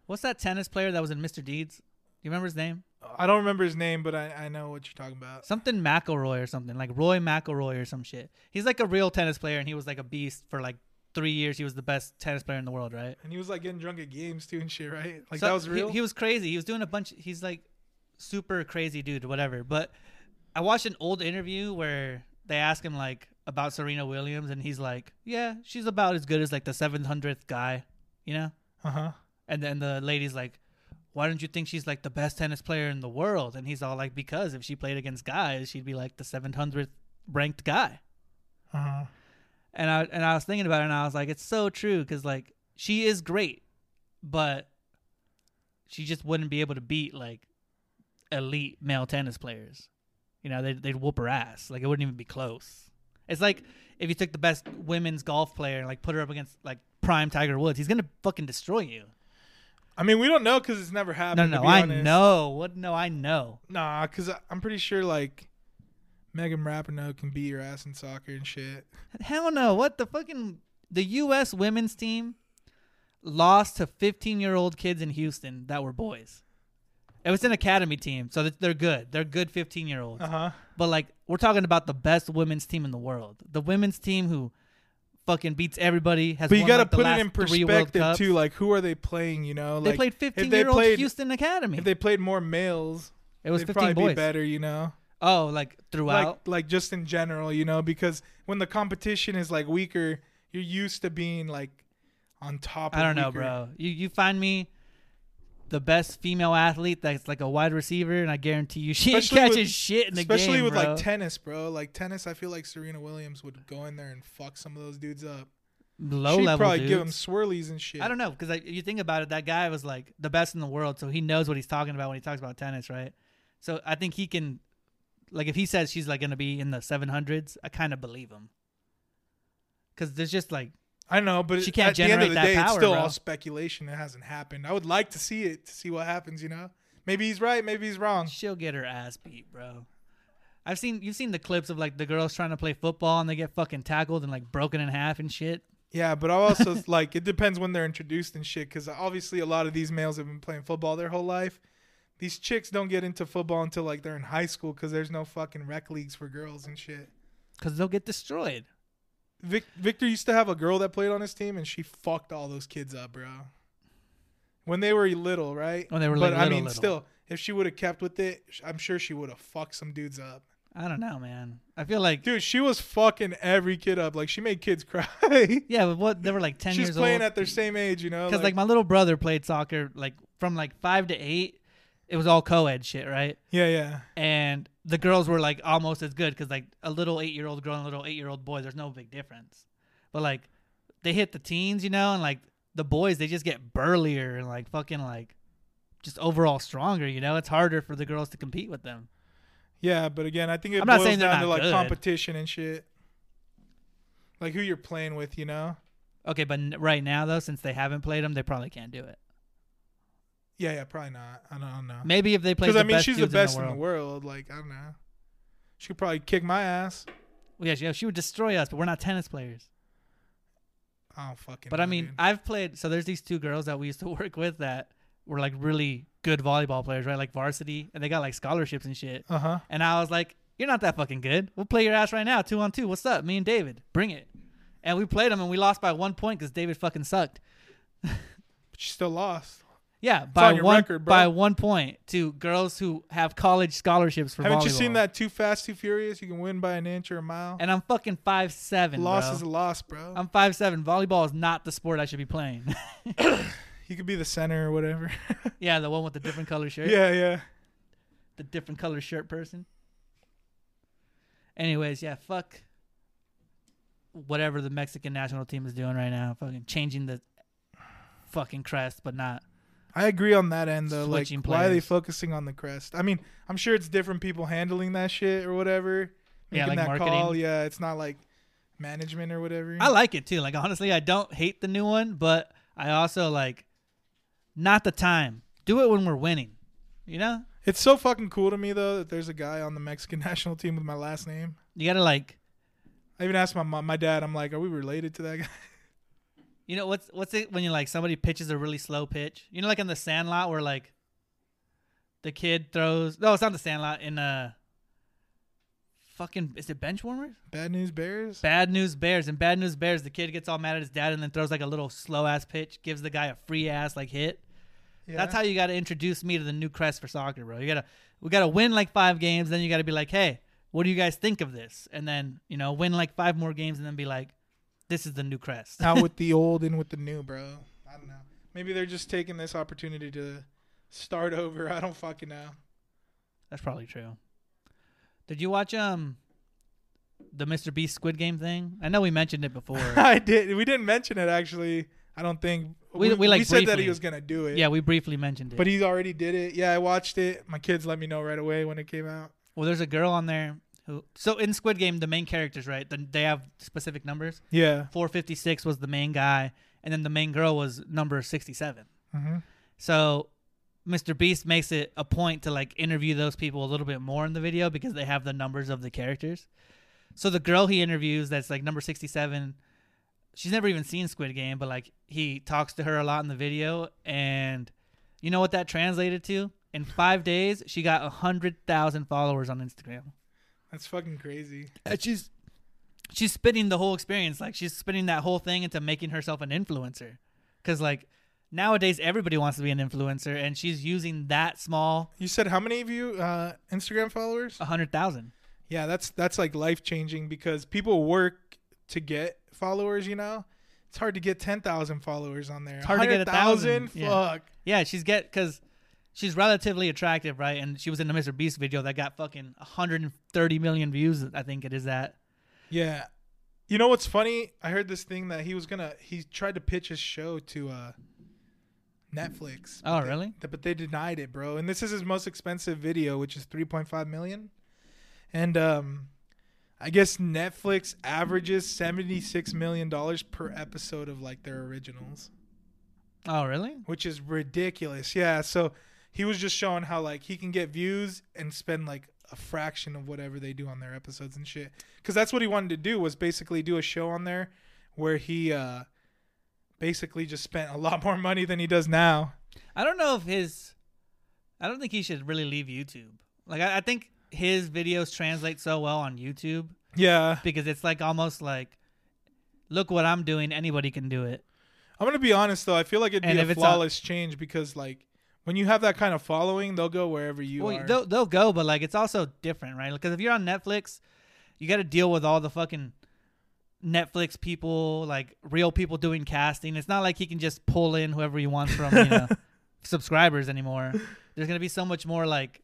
what's that tennis player that was in Mr. Deeds? Do you remember his name?
I don't remember his name, but I, I know what you're talking about.
Something McElroy or something, like Roy McElroy or some shit. He's like a real tennis player and he was like a beast for like three years. He was the best tennis player in the world, right?
And he was like getting drunk at games too and shit, right? Like
So-
that was real.
He, he was crazy. He was doing a bunch he's like super crazy dude, whatever. But I watched an old interview where they asked him like about Serena Williams and he's like, Yeah, she's about as good as like the seven hundredth guy, you know?
uh huh.
And then the lady's like, "Why don't you think she's like the best tennis player in the world?" And he's all like, "Because if she played against guys, she'd be like the 700th ranked guy."
Uh huh.
And I and I was thinking about it, and I was like, "It's so true because like she is great, but she just wouldn't be able to beat like elite male tennis players. You know, they'd, they'd whoop her ass. Like it wouldn't even be close. It's like if you took the best women's golf player and like put her up against like prime Tiger Woods, he's gonna fucking destroy you."
I mean, we don't know because it's never
No,
happened.
no,
to be
I
honest.
know. What? No, I know.
Nah, because I'm pretty sure like Megan Rapinoe can beat your ass in soccer and shit.
Hell no. What the fucking the U.S. women's team lost to 15 year old kids in Houston that were boys. It was an academy team, so th- they're good. They're good 15 year olds.
Uh huh.
But like we're talking about the best women's team in the world, the women's team who fucking beats everybody. Has
But you
won,
got to
like, the
put it
last
in
three World
perspective
Cups.
too. Like, who are they playing? You know,
They
like,
played
if
15
they
year old
played-
Houston Academy.
If they played more males,
it was
they'd
15
probably be
boys.
better. You know,
Oh, like throughout.
like like just in general. You know, because when the competition is like weaker, you're used to being like on top.
I
of
don't know,
weaker.
bro. You you find me the best female athlete that's like a wide receiver, and I guarantee you (laughs) she
Especially
catches
with-
shit in the
Especially
game,
with
bro.
like tennis, bro. Like tennis, I feel like Serena Williams would go in there and fuck some of those dudes up.
low
She'd
level
probably give them
dudes.
swirlies and shit.
I don't know because like, you think about it, that guy was like the best in the world, so he knows what he's talking about when he talks about tennis, right? So I think he can, like, if he says she's like going to be in the seven hundreds, I kind of believe him. Because there's just like
I know, but
She can't
at the end of
generate
the
that
day, it's
power,
still
bro.
all speculation. It hasn't happened. I would like to see it to see what happens. You know, maybe he's right, maybe he's wrong.
she'll get her ass beat, bro. I've seen you've seen the clips of like the girls trying to play football and they get fucking tackled and like broken in half and shit.
Yeah, but I also
(laughs)
like it depends when they're introduced and shit. Because obviously, a lot of these males have been playing football their whole life. These chicks don't get into football until like they're in high school because there's no fucking rec leagues for girls and shit.
because they'll get destroyed.
Vic- Victor used to have a girl that played on his team, and she fucked all those kids up, bro. When they were little, right?
When they were,
but
like,
I
little,
mean,
little.
still, if she would have kept with it, sh- I'm sure she would have fucked some dudes up.
I don't know, man. I feel like
Dude, she was fucking every kid up. Like she made kids (laughs) cry.
yeah, but what they were like ten
She's
years
playing
old.
at their same age, you know.
Because like my little brother played soccer like from like five to eight. It was all co-ed shit, right?
yeah, yeah,
And the girls were like almost as good because like a little eight-year-old girl and a little eight-year-old boy, there's no big difference. But like they hit the teens, you know, and like the boys they just get burlier and like fucking like just overall stronger. You know, it's harder for the girls to compete with them.
yeah. But again, I think it
I'm not
boils
saying they're
down to
not
like
good.
competition and shit. Like who you're playing with, you know.
Okay, but n- right now though, since they haven't played them, they probably can't do it.
Yeah, yeah, probably not. I don't, I don't know.
Maybe if they play
Because
the
I mean,
best
she's the
dudes
best
in the world.
world. Like I don't know. She could probably kick my ass.
Well, yeah, she, yeah, she would destroy us, but we're not tennis players.
I don't fucking.
But
know,
I mean,
dude.
I've played. So there's these two girls that we used to (laughs) work with that were like really good volleyball players, right? Like varsity, and they got like scholarships and shit.
uh huh.
And I was like, "You're not that fucking good. We'll play your ass right now, two on two. What's up? Me and David, bring it." And we played them, and we lost by one point because David fucking sucked.
But she still lost.
Yeah, by
on your
one
record, bro.
by one point to girls who have college scholarships for
Haven't
volleyball.
you seen that Too Fast, Too Furious? You can win by an inch or a mile.
And I'm fucking five seven.
loss
bro. Um,
is a loss, bro.
I'm five seven. Volleyball is not the sport I should be playing. (laughs)
you could be the center or whatever. (laughs)
yeah, the one with the different color shirt.
yeah, yeah.
the different color shirt person. Anyways, yeah, fuck whatever the Mexican national team is doing right now. Fucking changing the fucking crest, but not.
I agree on that end though.
Switching
like, why are they
players.
focusing on the crest? I mean, I'm sure it's different people handling that shit or whatever,
Yeah,
making
like
that
marketing.
call. Yeah, it's not like management or whatever.
I like it too. Like honestly, I don't hate the new one, but I also like not the time. Do it when we're winning. You know,
it's so fucking cool to me though that there's a guy on the Mexican (laughs) national team with my last name.
you gotta like.
I even asked my mom, my dad. I'm like, are we related to that guy? (laughs)
You know what's what's it when you like somebody pitches a really slow pitch? You know, like in the Sandlot where like the kid throws. No, it's not the Sandlot. In uh, fucking is it bench warmers?
Bad news bears.
Bad News Bears and Bad News Bears. The kid gets all mad at his dad and then throws like a little slow ass pitch, gives the guy a free ass like hit.
Yeah.
That's how you got to introduce me to the new crest for soccer, bro. You gotta we gotta win like five games, then you gotta be like, hey, what do you guys think of this? And then you know win like five more games and then be like, this is the new crest.
(laughs) out with the old and with the new, bro. I don't know. Maybe they're just taking this opportunity to start over. I don't fucking know.
That's probably true. Did you watch um the Mr. Beast Squid Game thing? I know we mentioned it before.
(laughs) I did. We didn't mention it actually. I don't think
We- we, like,
said that
briefly.
he was gonna do it.
yeah, we briefly mentioned it.
But he already did it. Yeah, I watched it. My kids let me know right away when it came out.
well, there's a girl on there who. So in Squid Game, the main characters, right? The, they have specific numbers.
Yeah.
456 was the main guy, and then the main girl was number 67.
hmm
So Mr. Beast makes it a point to like interview those people a little bit more in the video because they have the numbers of the characters. So the girl he interviews that's like number 67 she's never even seen Squid Game, but like he talks to her a lot in the video, and you know what that translated to? In five days, she got a hundred thousand followers on Instagram.
That's fucking crazy.
And she's she's spinning the whole experience, like she's spinning that whole thing into making herself an influencer, because like nowadays everybody wants to be an influencer, and she's using that small
You said how many of you uh, Instagram followers?
a hundred thousand.
Yeah, that's that's like life changing because people work to get followers. You know, it's hard to get ten thousand followers on there. It's
hard to get 1,000, yeah.
Fuck.
Yeah, she's get because she's relatively attractive, right? And she was in the Mr. Beast video that got fucking 130 million views. I think it is that.
Yeah. You know what's funny? I heard this thing that he was gonna he tried to pitch his show to uh Netflix.
Oh,
but they-
really?
th- but they denied it, bro. And this is his most expensive video, which is 3.5 million. And um I guess Netflix averages 76 million dollars per episode of like their originals,
Oh, really?
which is ridiculous. Yeah, so he was just showing how like he can get views and spend like a fraction of whatever they do on their episodes and shit. Cuz that's what he wanted to do was basically do a show on there where he uh basically just spent a (laughs) lot more money than he does now.
I don't know if his. I don't think he should really leave YouTube. Like, I, I think his videos translate so well on YouTube
Yeah.
because it's like almost like, look what I'm doing. Anybody can do it.
I'm gonna be honest though. I feel like it'd
And
be
if
a
it's
flawless change because like when you have that kind of following, they'll go wherever you
Well,
are. (laughs)
they'll, they'll go, but like it's also different, right? Because if you're on Netflix, you got to deal with all the fucking Netflix people, like real people doing casting. It's not like he can just pull in whoever he wants from you (laughs) know, subscribers anymore. There's gonna be so much more like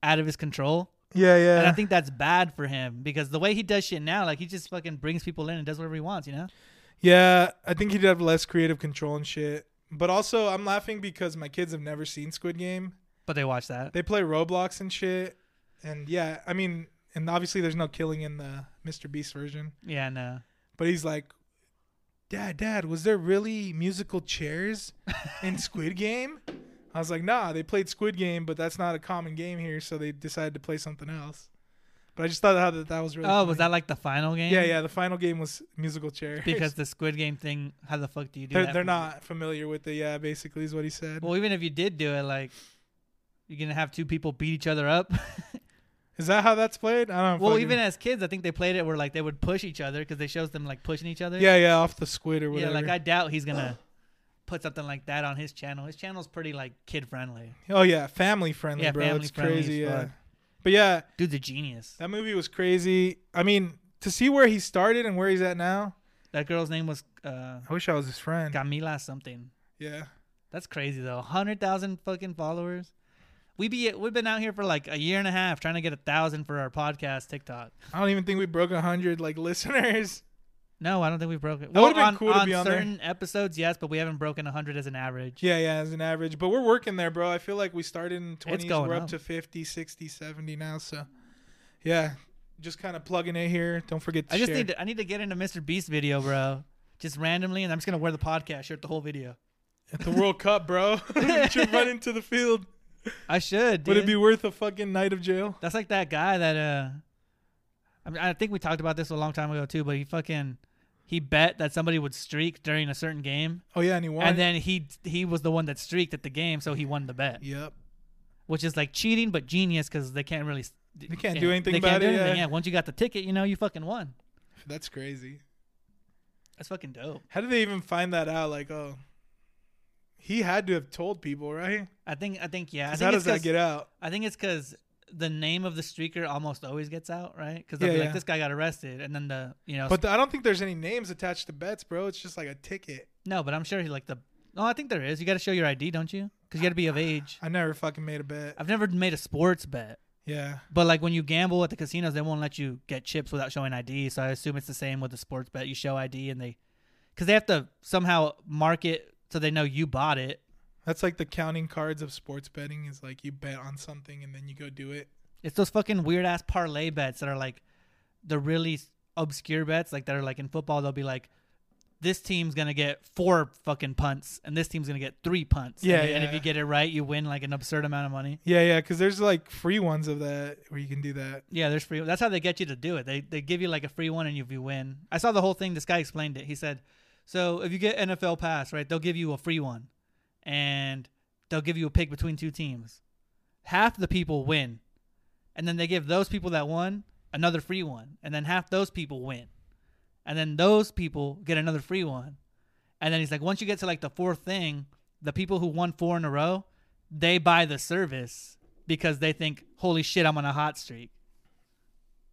out of his control,
yeah, yeah.
and I think that's bad for him because the way he does shit now, like he just fucking brings people in and does whatever he wants, you know?
yeah, I think he'd have less creative control and shit. But also, I'm laughing because my kids have never seen Squid Game.
But they watch that.
They play Roblox and shit. And yeah, I mean, and obviously there's no killing in the Mr. Beast version.
Yeah, no.
But he's like, Dad, Dad, was there really musical chairs in
(laughs)
Squid Game? I was like, Nah, they played Squid Game, but that's not a common game here, so they decided to play something else. But I just thought how that that was really.
Oh, was
funny.
that like the final game?
Yeah, yeah. The final game was musical chairs
Because the Squid Game thing, how the fuck do you do
they're
that?
they're
for-
not familiar with it. Yeah, basically is what he said.
Well, even if you did do it, like you're gonna have two people beat each other up. (laughs)
is that how that's played? I don't.
well,
fucking-
even as kids, I think they played it where like they would push each other because they shows them like pushing each other.
yeah, yeah, off the squid or
yeah.
whatever.
Like I doubt
(gasps)
he's gonna put something like that on his channel. His channel's pretty like kid friendly.
oh yeah, family friendly,
Yeah,
bro.
family
it's
friendly as
crazy. Yeah,
fuck.
but yeah,
Dude's a genius.
that movie was crazy. I mean, to see where he started and where he's at now.
That girl's name was uh,
I wish I was his friend.
Camila something.
Yeah.
That's crazy though. Hundred thousand fucking followers. We be we've been out here for like a year and a half trying to get a thousand for our podcast TikTok.
I don't even think we broke a hundred like (laughs) listeners.
No, I don't think we broke it.
That would've been
on,
cool to
on
be on there.
certain episodes, yes, but we haven't broken hundred as an average.
Yeah, yeah, as an average, but we're working there, bro. I feel like we started in 20s,
going
we're up,
up.
to 50, 60, 70 now, so yeah, just kind of plugging it here. Don't forget to
I just
share.
need to, I need to get into Mr. Beast video, bro. Just randomly, and I'm just gonna wear the podcast shirt the whole video.
At the World Cup, bro. (laughs) you
(laughs)
should run into the field.
I should. Dude.
Would it be worth a fucking night of jail?
That's like that guy that uh, I mean, I think we talked about this a long time ago too. But he fucking he bet that somebody would streak during a certain game,
Oh yeah, and he won.
and then he he was the one that streaked at the game, so he won the bet,
yep.
which is like cheating but genius because they can't really
They can't do anything
they can't
about
do
it,
anything.
yeah.
yeah, once you got the ticket, you know you fucking won.
That's crazy.
That's fucking dope.
How did they even find that out? Like, oh, he had to have told people, right?
I think I think yeah. I
'Cause
think
How
it's
does
'cause-
that get out?
I think it's because the name of the streaker almost always gets out, right? Because they'll
Yeah,
be
yeah.
like, this guy got arrested, and then the you know,
But I don't think there's any names attached to bets, bro. It's just like a ticket.
no, but I'm sure he like the. No, I think there is. You got to show your ID, don't you? Because you got to be of age.
I never fucking made a bet.
I've never made a sports bet,
Yeah.
but like when you gamble at the casinos, they won't let you get chips without showing ID. So I assume it's the same with the sports bet. You show ID, and they, because they have to somehow market so they know you bought it.
That's like the counting cards of sports betting is like you bet on something and then you go do it.
It's those fucking weird ass parlay bets that are like the really obscure bets, like that are like in football, they'll be like this team's gonna get four fucking punts and this team's gonna get three punts.
Yeah,
and, and if
yeah.
you get it right, you win like an absurd amount of money.
Yeah, yeah, because there's like free ones of that where you can do that.
Yeah, there's free. That's how they get you to do it. They they give you like a free one, and if you win, I saw the whole thing. This guy explained it. He said, so if you get NFL pass, right, they'll give you a free one, and they'll give you a pick between two teams. Half the people win, and then they give those people that won another free one, and then half those people win, and then those people get another free one, and then he's like, once you get to like the fourth thing, the people who won four in a row, they buy the service because they think, holy shit, I'm on a hot streak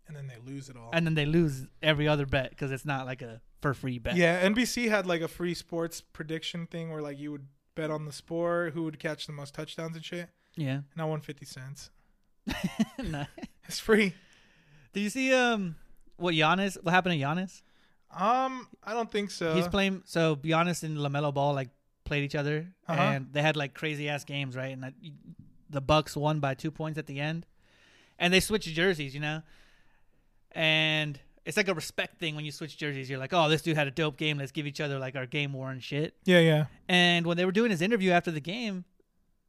And then they lose it all.
and then they lose every other bet because it's not like a for free (laughs) bet.
yeah, NBC had like a free sports prediction thing where like you would bet on the sport, who would catch the most touchdowns and shit.
(laughs) yeah.
And I won 50 cents. (laughs)
Nice.
It's free.
Did you see um what Giannis? What happened to Giannis?
Um, I don't think so.
He's playing. So Giannis and Lamelo Ball like played each other,
Uh-huh.
and they had like crazy ass games, right? And like, the Bucks won by two points at the end, and they switched jerseys, you know. And it's like a respect thing when you switch jerseys. You're like, oh, this dude had a dope game. Let's give each other like our game war and shit.
yeah, yeah.
And when they were doing his interview after the game,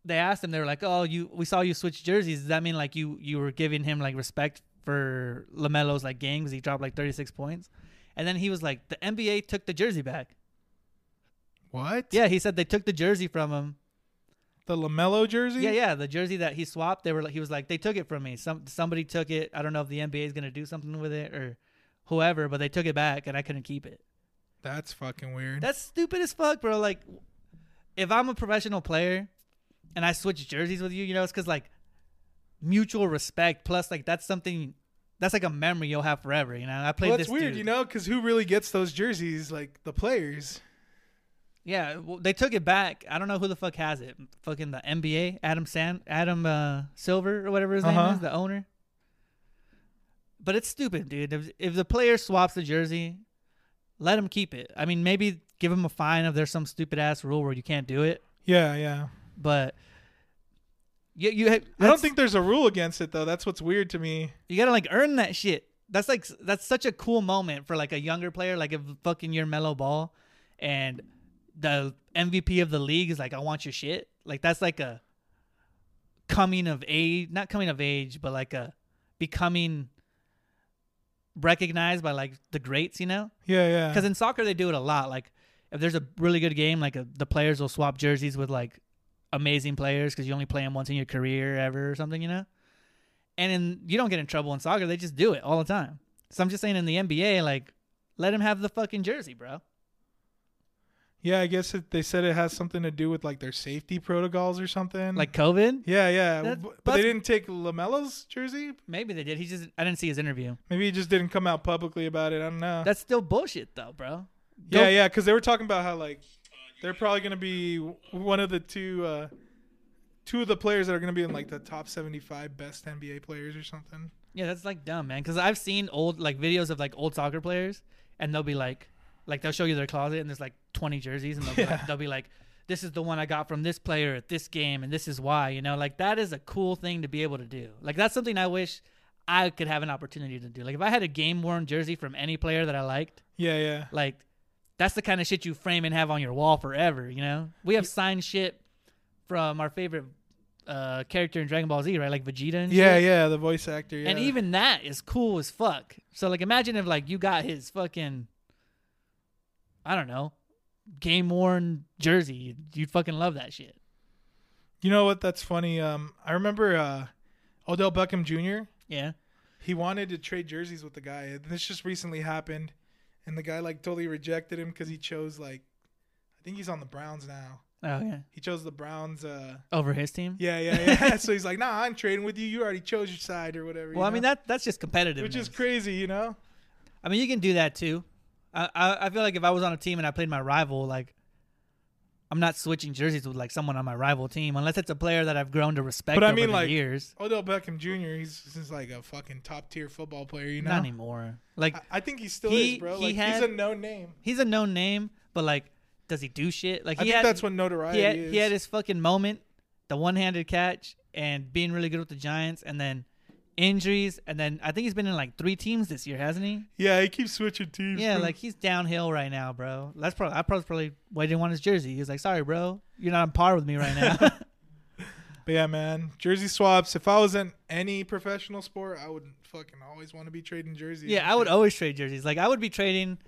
they asked him. They were like, "Oh, you we saw you switch jerseys. Does that mean like you you were giving him like respect for Lamelo's like game because he dropped like 36 points?" And then he was like, "The NBA took the jersey back."
What?
Yeah, he said they took the jersey from him.
The LaMelo jersey?
Yeah, yeah, the jersey that he swapped. They were like, he was like, "They took it from me. Some somebody took it. I don't know if the NBA is gonna do something with it or whoever, but they took it back and I couldn't keep it."
That's fucking weird.
That's stupid as fuck, bro. Like, if I'm a professional player and I switch jerseys with you, you know, it's because like mutual respect. Plus, like that's something that's like a memory you'll have forever. You know, I played
well,
this.
it's weird,
dude.
you know, because who really gets those jerseys? Like the players.
Yeah, well, they took it back. I don't know who the fuck has it. Fucking the NBA, Adam San, Adam uh, Silver or whatever his
Uh-huh.
name is, the owner. But it's stupid, dude. If, if the player swaps the jersey, let him keep it. I mean, maybe give him a fine if there's some stupid ass rule where you can't do it.
Yeah, yeah.
but you you ha-
I don't think there's a rule against it though. That's what's weird to me.
you gotta like earn that shit. That's like s- that's such a cool moment for like a younger player. Like if fucking you're Mellow Ball, and the MVP of the league is like, I want your shit. Like that's like a coming of age, not coming of age, but like a becoming recognized by like the greats, you know?
Yeah, yeah.
Because in soccer they do it a lot. Like if there's a really good game, like a, the players will swap jerseys with like amazing players because you only play them once in your career ever or something, you know. And in, you don't get in trouble in soccer; they just do it all the time. So I'm just saying, in the NBA, like let him have the fucking jersey, bro.
yeah, I guess it, they said it has something to do with like their safety protocols or something.
Like COVID,
yeah, yeah.
That-
but but
that's-
they didn't take Lamelo's jersey.
maybe they did. He just I didn't see his interview.
Maybe he just didn't come out publicly about it. I don't know.
That's still bullshit, though, bro.
yeah, yeah. Because they were talking about how like they're probably gonna be w- one of the two. uh Two of the players that are going to be in like the top 75 best NBA players or something.
Yeah, that's like dumb, man. Because I've seen old like videos of like old soccer players, and they'll be like, like they'll show you their closet, and there's like 20 jerseys, and they'll, be,
Yeah.
like, they'll be like, this is the one I got from this player at this game, and this is why, you know, like that is a cool thing to be able to do. Like that's something I wish I could have an opportunity to do. Like if I had a game worn jersey from any player that I liked,
Yeah, yeah.
like that's the kind of shit you frame and have on your wall forever, you know. We have signed shit from our favorite uh character in Dragon Ball Z, right? Like Vegeta and shit.
Yeah, yeah. The voice actor. Yeah.
And even that is cool as fuck. So like imagine if like you got his fucking I don't know, game worn jersey. You'd, you'd fucking love that shit.
You know what? That's funny. Um, I remember uh, Odell Beckham Jr.
Yeah.
He wanted to trade jerseys with the guy. and This just recently happened, and the guy like totally rejected him because he chose like, I think he's on the Browns now.
Oh yeah.
He chose the Browns. Uh,
Over his team?
yeah, yeah, yeah. (laughs) so he's like, Nah, I'm trading with you. You already chose your side or whatever. you
Well, I mean
know?
that that's just competitive.
which is crazy, you know.
I mean you can do that too. I, I I feel like if I was on a team and I played my rival, like I'm not switching jerseys with like someone on my rival team unless it's a player that I've grown to respect
But I
over
mean,
the
like,
years.
Odell Beckham Jr. He's, he's like a fucking top tier football player, you know.
Not anymore. Like
I, I think he still
He-
is, bro.
he
Like
had-
he's a known name.
he's a known name, but like does he do shit? Like
I
he
think
had,
that's what notoriety
he had,
is.
he had his fucking moment, the one handed catch, and being really good with the Giants, and then injuries, and then I think he's been in like three teams this year, hasn't he?
Yeah, he keeps switching teams.
Yeah,
bro.
like he's downhill right now, bro. That's probably I probably probably why he didn't want his jersey. He was like, "Sorry, bro, you're not on par with me right now." (laughs)
But yeah, man, jersey swaps. If I was in any professional sport, I would fucking always want to be trading jerseys.
yeah, I would always trade jerseys. Like I would be trading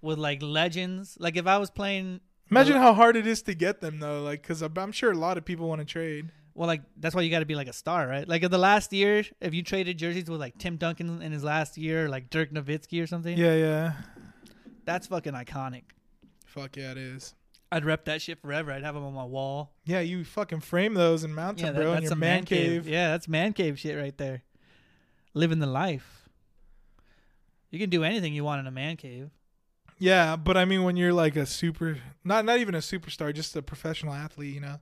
with like legends. Like if I was playing,
Imagine how hard it is to get them though, like because I'm sure a lot of people want to trade.
well, like that's why you got to be like a star, right? Like in the last year, if you traded jerseys with like Tim Duncan in his last year, or, like Dirk Nowitzki or something,
Yeah, yeah.
that's fucking iconic.
Fuck yeah, it is.
I'd rep that shit forever. I'd have them on my wall.
Yeah, you fucking frame those and mount
Yeah,
them,
that-
bro, in
that's
your
a
man cave.
Yeah, that's man cave shit right there. Living the life. You can do anything you want in a man cave.
Yeah, but I mean, when you're like a super, not not even a superstar, just a professional athlete, you know,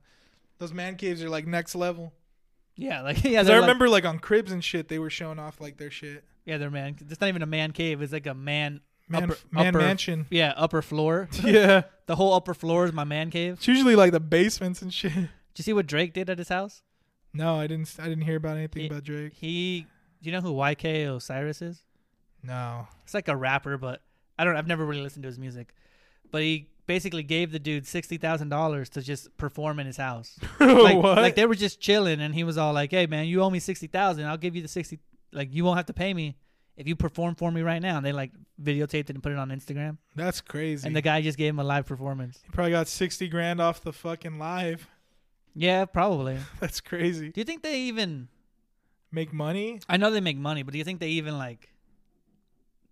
those man caves are like next level.
Yeah, like (laughs) yeah,
'Cause
they're
I
like-
remember like on cribs and shit, they were showing off like their shit,
yeah, they're man. It's not even a man cave. It's like a man,
man,
upper,
man
upper- (laughs)
mansion. (laughs)
Yeah, upper floor.
yeah,
the whole upper floor is my man cave.
it's usually like the basements and shit.
Did you see what Drake did at his house?
No, I didn't. I didn't hear about anything
He-
about Drake.
He, do you know who YK Osiris is? (laughs)
No.
It's like a rapper, but I don't. I've never really listened to his music, but he basically gave the dude sixty thousand dollars to just perform in his house. like,
what?
like they were just chilling, and he was all like, "Hey man, you owe me sixty thousand. I'll give you the sixty. Like you won't have to pay me if you perform for me right now." And they like videotaped it and put it on Instagram,
That's crazy.
and the guy just gave him a live performance.
he probably got sixty grand off the fucking live. (laughs)
Yeah, probably.
That's crazy.
do you think they even?
Make money?
I know they make money, but do you think they even like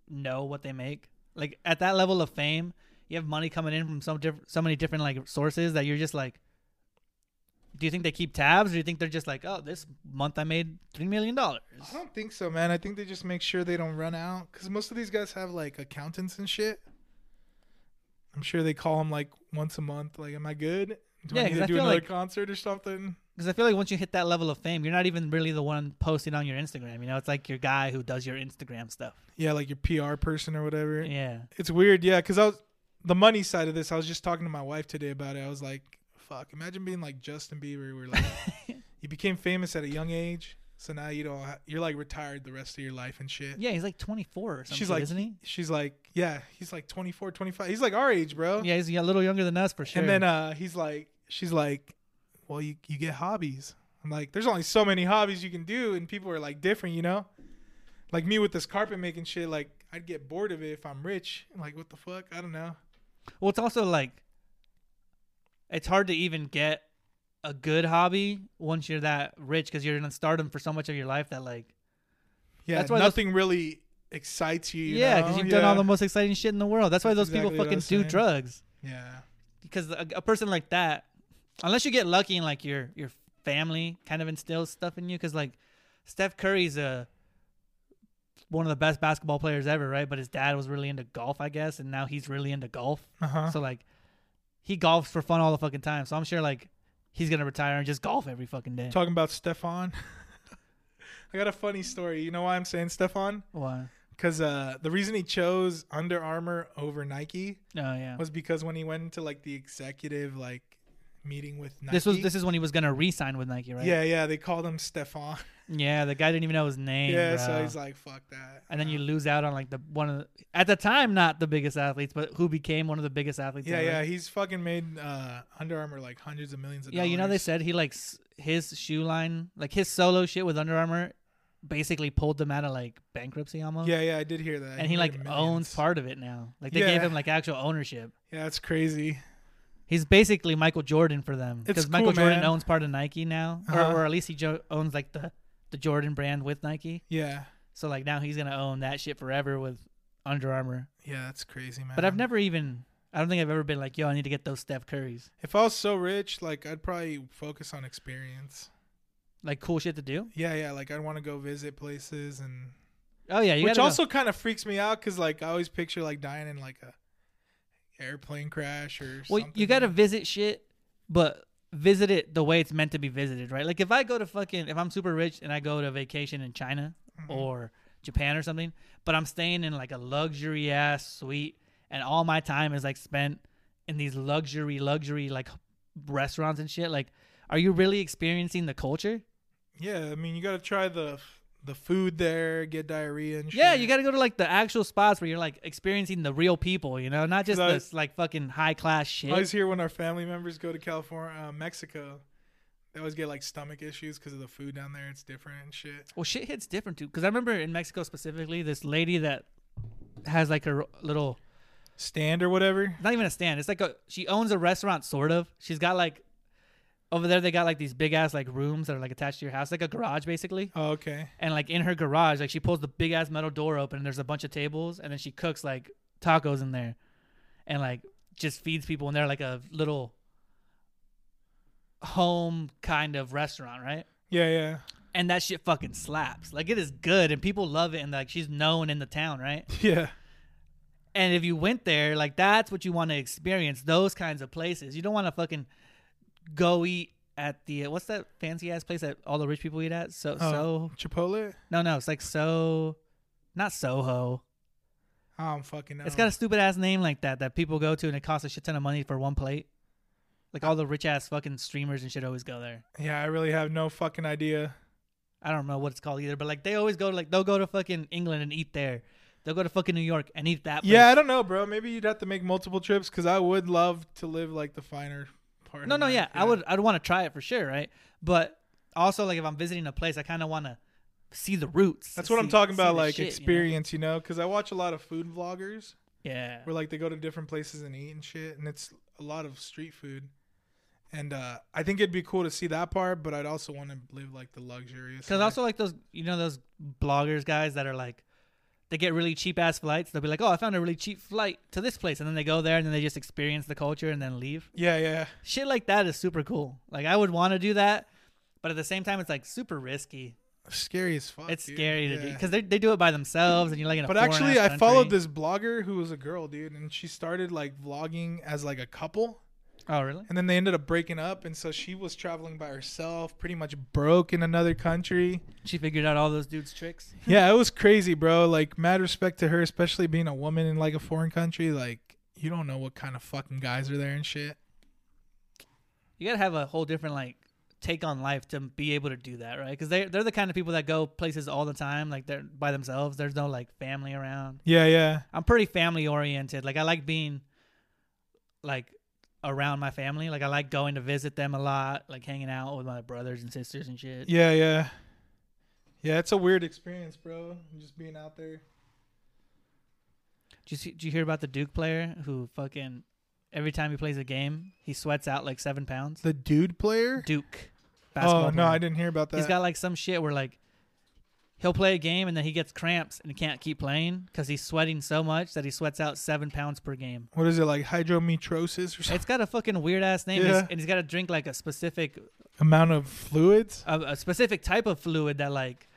know what they make? Like at that level of fame, you have money coming in from some diff- so many different like sources that you're just like. Do you think they keep tabs, or do you think they're just like, oh, this month I made three million dollars?
I don't think so, man. I think they just make sure they don't run out because most of these guys have like accountants and shit. I'm sure they call them like once a month. Like, am I good? Do
Yeah,
I need
'cause
to
I
do
feel
another
like-
concert or something?
Because I feel like once you hit that level of fame, you're not even really the one posting on your Instagram. You know, it's like your guy who does your Instagram stuff.
Yeah, like your PR person or whatever.
Yeah,
It's weird, yeah, because I was the money side of this. I was just talking to my wife today about it. I was like, "Fuck, imagine being like Justin Bieber, where like
(laughs)
you became famous at a young age, so now you don't ha- you're like retired the rest of your life and shit."
yeah. He's like 24 or something,
she's like,
isn't he?
She's like, yeah, he's like 24, 25. He's like our age, bro.
Yeah, he's a little younger than us for sure.
And then uh, he's like, she's like, well, you you get hobbies. I'm like, there's only so many hobbies you can do, and people are like different, you know. Like me with this carpet making shit, like I'd get bored of it if I'm rich. Like what the fuck? I don't know.
Well, it's also like it's hard to even get a good hobby once you're that rich because you're in stardom for so much of your life that like
Yeah,
That's why those-
nothing really excites you. you
yeah
know?
because you've done all the most exciting shit in the world. That's why
That's
those
exactly
people
what I
fucking
was
do
saying.
drugs
yeah,
because a, a person like that, unless you get lucky and like your your family kind of instills stuff in you because like Steph Curry's a one of the best basketball players ever, right? But his dad was really into golf, I guess, and now he's really into golf.
uh huh.
So like, he golfs for fun all the fucking time. So I'm sure like he's gonna retire and just golf every fucking day.
Talking about Stefan, (laughs) I got a funny story. You know why I'm saying Stefan?
Why?
Because uh, the reason he chose Under Armour over Nike
Oh yeah.
was because when he went into like the executive like meeting with Nike,
This was this is when he was gonna re-sign with Nike, right?
Yeah, yeah, they called him Stefan.
Yeah. The guy didn't even know his
(laughs)
name.
yeah,
bro.
so he's like, fuck that. Uh,
and then you lose out on like the one of the, at the time not the biggest athletes, but who became one of the biggest athletes.
Yeah,
ever.
yeah, he's fucking made uh, Under Armour like hundreds of millions of
Yeah,
dollars.
you know they said he like s- his shoe line, like his solo shit with Under Armour, basically pulled them out of like bankruptcy almost.
Yeah, yeah, I did hear that.
And he
made
like
millions.
owns part of it now. Like they
Yeah.
gave him like actual ownership.
Yeah, that's crazy.
He's basically Michael Jordan for them
It's
because Michael
cool,
Jordan
man.
owns part of Nike now,
Uh-huh.
or, or at least he jo- owns like the the Jordan brand with Nike.
Yeah,
So like now he's gonna own that shit forever with Under Armour.
yeah, that's crazy, man.
But I've never even I don't think I've ever been like, yo, I need to get those Steph Currys,
If I was so rich, like I'd probably focus on experience.
like cool shit to do.
Yeah, yeah, like I'd want to go visit places and
Oh yeah, you
which
gotta go.
also kind of freaks me out because like I always picture like dying in like a airplane crash or
well,
something.
you gotta visit shit, but visit it the way it's meant to be visited, right? Like if I go to fucking if I'm super rich and I go to vacation in China
Hmm. Mm-hmm.
or Japan or something, but I'm staying in like a luxury ass suite and all my time is like spent in these luxury luxury like restaurants and shit, like are you really experiencing the culture?
Yeah, I mean you gotta try the the food there, get diarrhea and shit.
Yeah, you got to go to like the actual spots where you're like experiencing the real people, you know, not just
Cause I-
this like fucking high class shit.
I always hear when our family members go to California, uh, Mexico, they always get like stomach issues because of the food down there. It's different and shit.
Well, shit hits different too. Because I remember in Mexico specifically, this lady that has like a little,
Stand or whatever.
not even a stand. It's like a, she owns a restaurant, sort of. She's got like, over there, they got like these big ass like rooms that are like attached to your house, like a garage basically.
Oh, okay.
And like in her garage, like she pulls the big ass metal door open and there's a bunch of tables and then she cooks like tacos in there and like just feeds people in there like a little home kind of restaurant, right?
Yeah, yeah. (laughs)
and that shit fucking slaps. Like it is good, and people love it, and like she's known in the town, right?
Yeah.
And if you went there, like that's what you want to experience those kinds of places. You don't want to fucking go eat at the what's that fancy ass place that all the rich people eat at? So so
Oh, Chipotle?
no no, it's like so not Soho.
I don't fucking know.
It's got a stupid ass name like that that people go to and it costs a shit ton of money for one plate. Like all the rich ass fucking streamers and shit always go there.
yeah, I really have no fucking idea.
I don't know what it's called either, but like they always go to like they'll go to fucking England and eat there. They'll go to fucking New York and eat that. Place.
Yeah, I don't know, bro. Maybe you'd have to make multiple trips because I would love to live like the finer part.
no,
of
no,
life,
yeah, I would. I'd want to try it for sure, right? But also, like if I'm visiting a place, I kind of want to see the roots.
That's what I'm
see-
talking
see
about,
the
like
shit, you know?
experience, you know? Because I watch a lot of food vloggers
Yeah,
where like they go to different places and eat and shit, and it's a lot of street food. And uh, I think it'd be cool to see that part, but I'd also want to live like the luxurious.
because
life.
also like those, you know, those bloggers guys that are like, they get really cheap ass flights. They'll be like, oh, I found a really cheap flight to this place, and then they go there and then they just experience the culture and then leave.
yeah, yeah,
Shit like that is super cool. Like I would want to do that, but at the same time, it's like super risky.
scary as fuck.
It's
dude.
scary to do
Yeah.
because they they do it by themselves, and you're like in a.
But
foreign
actually,
ass
I followed
country.
this blogger who was a girl, dude, and she started like vlogging as like a couple,
Oh really?
and then they ended up breaking up, and so she was traveling by herself, pretty much broke in another country. (laughs)
She figured out all those dudes' tricks.
yeah, it was crazy, bro. Like, mad respect to her, especially being a woman in like a foreign country. Like, you don't know what kind of fucking guys are there and shit.
You gotta have a whole different like take on life to be able to do that, right? Because they they're the kind of people that go places all the time, like they're by themselves. There's no like family around.
Yeah, yeah,
I'm pretty family oriented. Like I like being like around my family. Like I like going to visit them a lot, like hanging out with my brothers and sisters and shit.
yeah, yeah. Yeah, it's a weird experience, bro. Just being out there.
Did you, see, did you hear about the Duke player who fucking every time he plays a game he sweats out like seven pounds?
The dude player.
Duke.
Oh no,
player.
I didn't hear about that.
He's got like some shit where like he'll play a game and then he gets cramps and he can't keep playing because he's sweating so much that he sweats out seven pounds per game.
what is it like? Hydrometrosis or something?
It's got a fucking weird ass name, He's-
Yeah.
and he's got to drink like a specific
Amount of fluids.
a, a specific type of fluid that like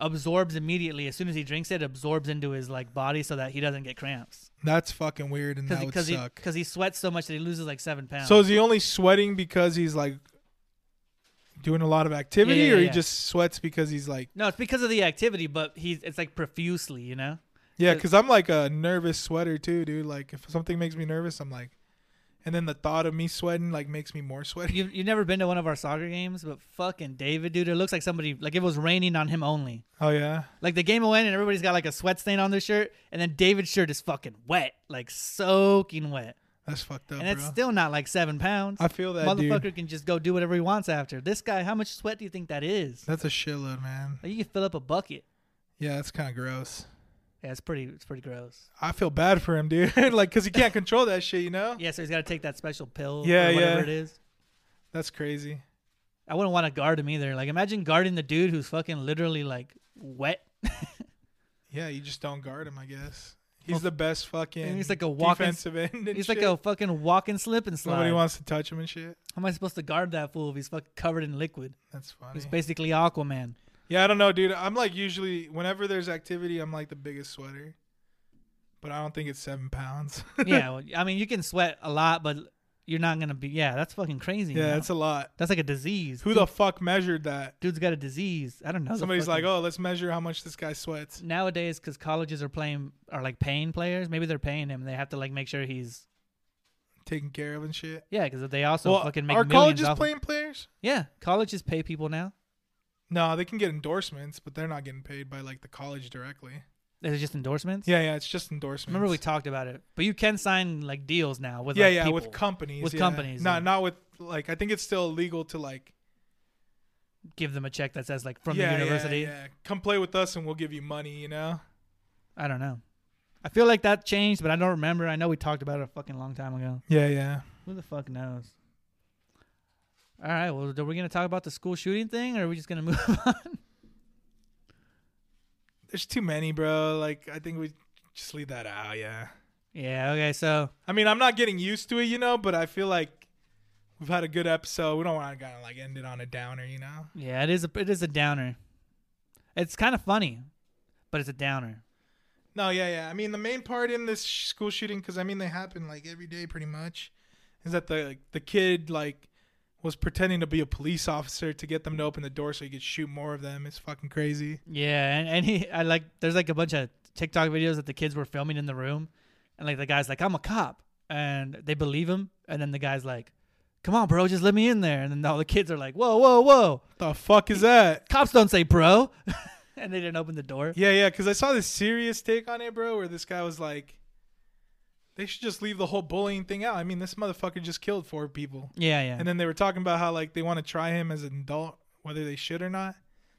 absorbs immediately as soon as he drinks it. Absorbs into his like body so that he doesn't get cramps
That's fucking weird, and that would
because he
suck.
because he, sweats so much that he loses like seven pounds.
so is he only sweating because he's like doing a lot of activity,
yeah,
or he
yeah.
just sweats because he's like?
no, it's because of the activity, but he's it's like profusely, you know.
Yeah,
Cause-
because I'm like a nervous sweater too, dude. Like if something makes me nervous, I'm like, and then the thought of me sweating like makes me more sweaty.
You've, you've never been to one of our soccer games, but fucking David, dude, it looks like somebody like it was raining on him only.
Oh yeah,
Like the game will end and everybody's got like a sweat stain on their shirt, and then David's shirt is fucking wet, like soaking wet,
that's fucked up,
and it's
bro.
still not like seven pounds.
I feel that,
Motherfucker
dude.
can just go do whatever he wants after. This guy, how much sweat do you think that is?
That's a shitload, man.
Like you can fill up a bucket.
Yeah, that's kind of gross.
Yeah, it's pretty. It's pretty gross.
I feel bad for him, dude. (laughs) like, cause he can't control that shit, you know?
Yeah, so he's got to take that special pill.
Yeah,
or whatever
yeah.
it is.
That's crazy.
I wouldn't want to guard him either. Like imagine guarding the dude who's fucking literally like wet.
Yeah, you just don't guard him, I guess. He's the best fucking.
he's like a walking-
defensive end. And
He's
shit.
like a fucking walk and slip and slide.
nobody wants to touch him and shit.
How am I supposed to guard that fool if he's fucking covered in liquid?
That's funny.
He's
(laughs)
basically Aquaman.
Yeah, I don't know, dude. I'm like usually whenever there's activity, I'm like the biggest sweater. But I don't think it's seven pounds. (laughs)
yeah, well, I mean, you can sweat a lot, but you're not gonna be. Yeah, that's fucking crazy. you
yeah,
know?
that's a lot.
that's like a disease.
Who the fuck measured that?
dude's got a disease? I don't know. the
Somebody's like,
fucking-
oh, let's measure how much this guy sweats.
Nowadays, because colleges are playing are like paying players. Maybe they're paying him. They have to like make sure he's
Taken care of and shit.
yeah. Because they also
well,
fucking make
are
millions
colleges
off.
playing players?
yeah, colleges pay people now.
No, they can get endorsements, but they're not getting paid by like the college directly.
Is it just endorsements?
Yeah, yeah, it's just endorsements.
Remember we talked about it, but you can sign like deals now with
yeah,
like,
yeah,
people.
with companies.
With
yeah.
companies,
Not
yeah.
not with like I think it's still illegal to like
give them a check that says like from
yeah,
the
yeah,
university.
Yeah, Come play with us and we'll give you money, you know?
I don't know. I feel like that changed, but I don't remember. I know we talked about it a fucking long time ago.
Yeah, yeah.
Who the fuck knows? All right. Well, are we gonna talk about the school shooting thing, or are we just gonna move (laughs) on?
There's too many, bro. Like I think we just leave that out, yeah.
yeah. Okay. So
I mean, I'm not getting used to it, you know, but I feel like we've had a good episode. We don't want to kind of like end it on a downer, you know?
yeah, it is a it is a downer. It's kind of funny, but it's a downer.
No, yeah, yeah. I mean, the main part in this sh- school shooting, because I mean, they happen like every day pretty much, is that the like, the kid like was pretending to be a police officer to get them to open the door so he could shoot more of them. It's fucking crazy.
Yeah, and, and he I like there's like a bunch of TikTok videos that the kids were filming in the room, and like the guy's like I'm a cop, and they believe him, and then the guy's like, Come on, bro, just let me in there, and then all the kids are like, Whoa, whoa, whoa,
The fuck is that?
cops don't say bro, (laughs) and they didn't open the door.
Yeah, yeah. Because I saw this serious take on it, bro, where this guy was like, they should just leave the whole bullying thing out. I mean, this motherfucker just killed four people.
Yeah, yeah,
And then they were talking about how like they want to try him as an adult, whether they should or not.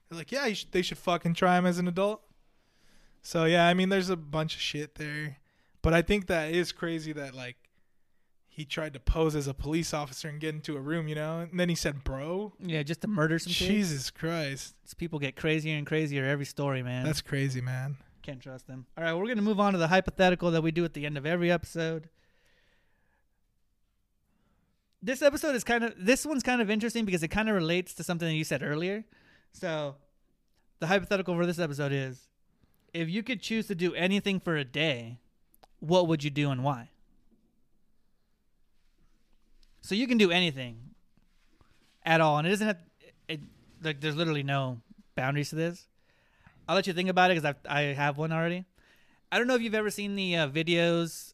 They're like, yeah, you should, they should fucking try him as an adult. So yeah, I mean, there's a bunch of shit there, but I think that is crazy that like he tried to pose as a police officer and get into a room, you know. And then he said, "Bro,
yeah, just to murder some kids.
Jesus Christ,
These people get crazier and crazier every story, man.
that's crazy, man."
Can't trust them. All right, we're gonna move on to the hypothetical that we do at the end of every episode. This episode is kind of this one's kind of interesting because it kind of relates to something that you said earlier. So, the hypothetical for this episode is: if you could choose to do anything for a day, what would you do and why? So you can do anything at all, and it doesn't have it, like there's literally no boundaries to this. I'll let you think about it because I have one already. I don't know if you've ever seen the uh, videos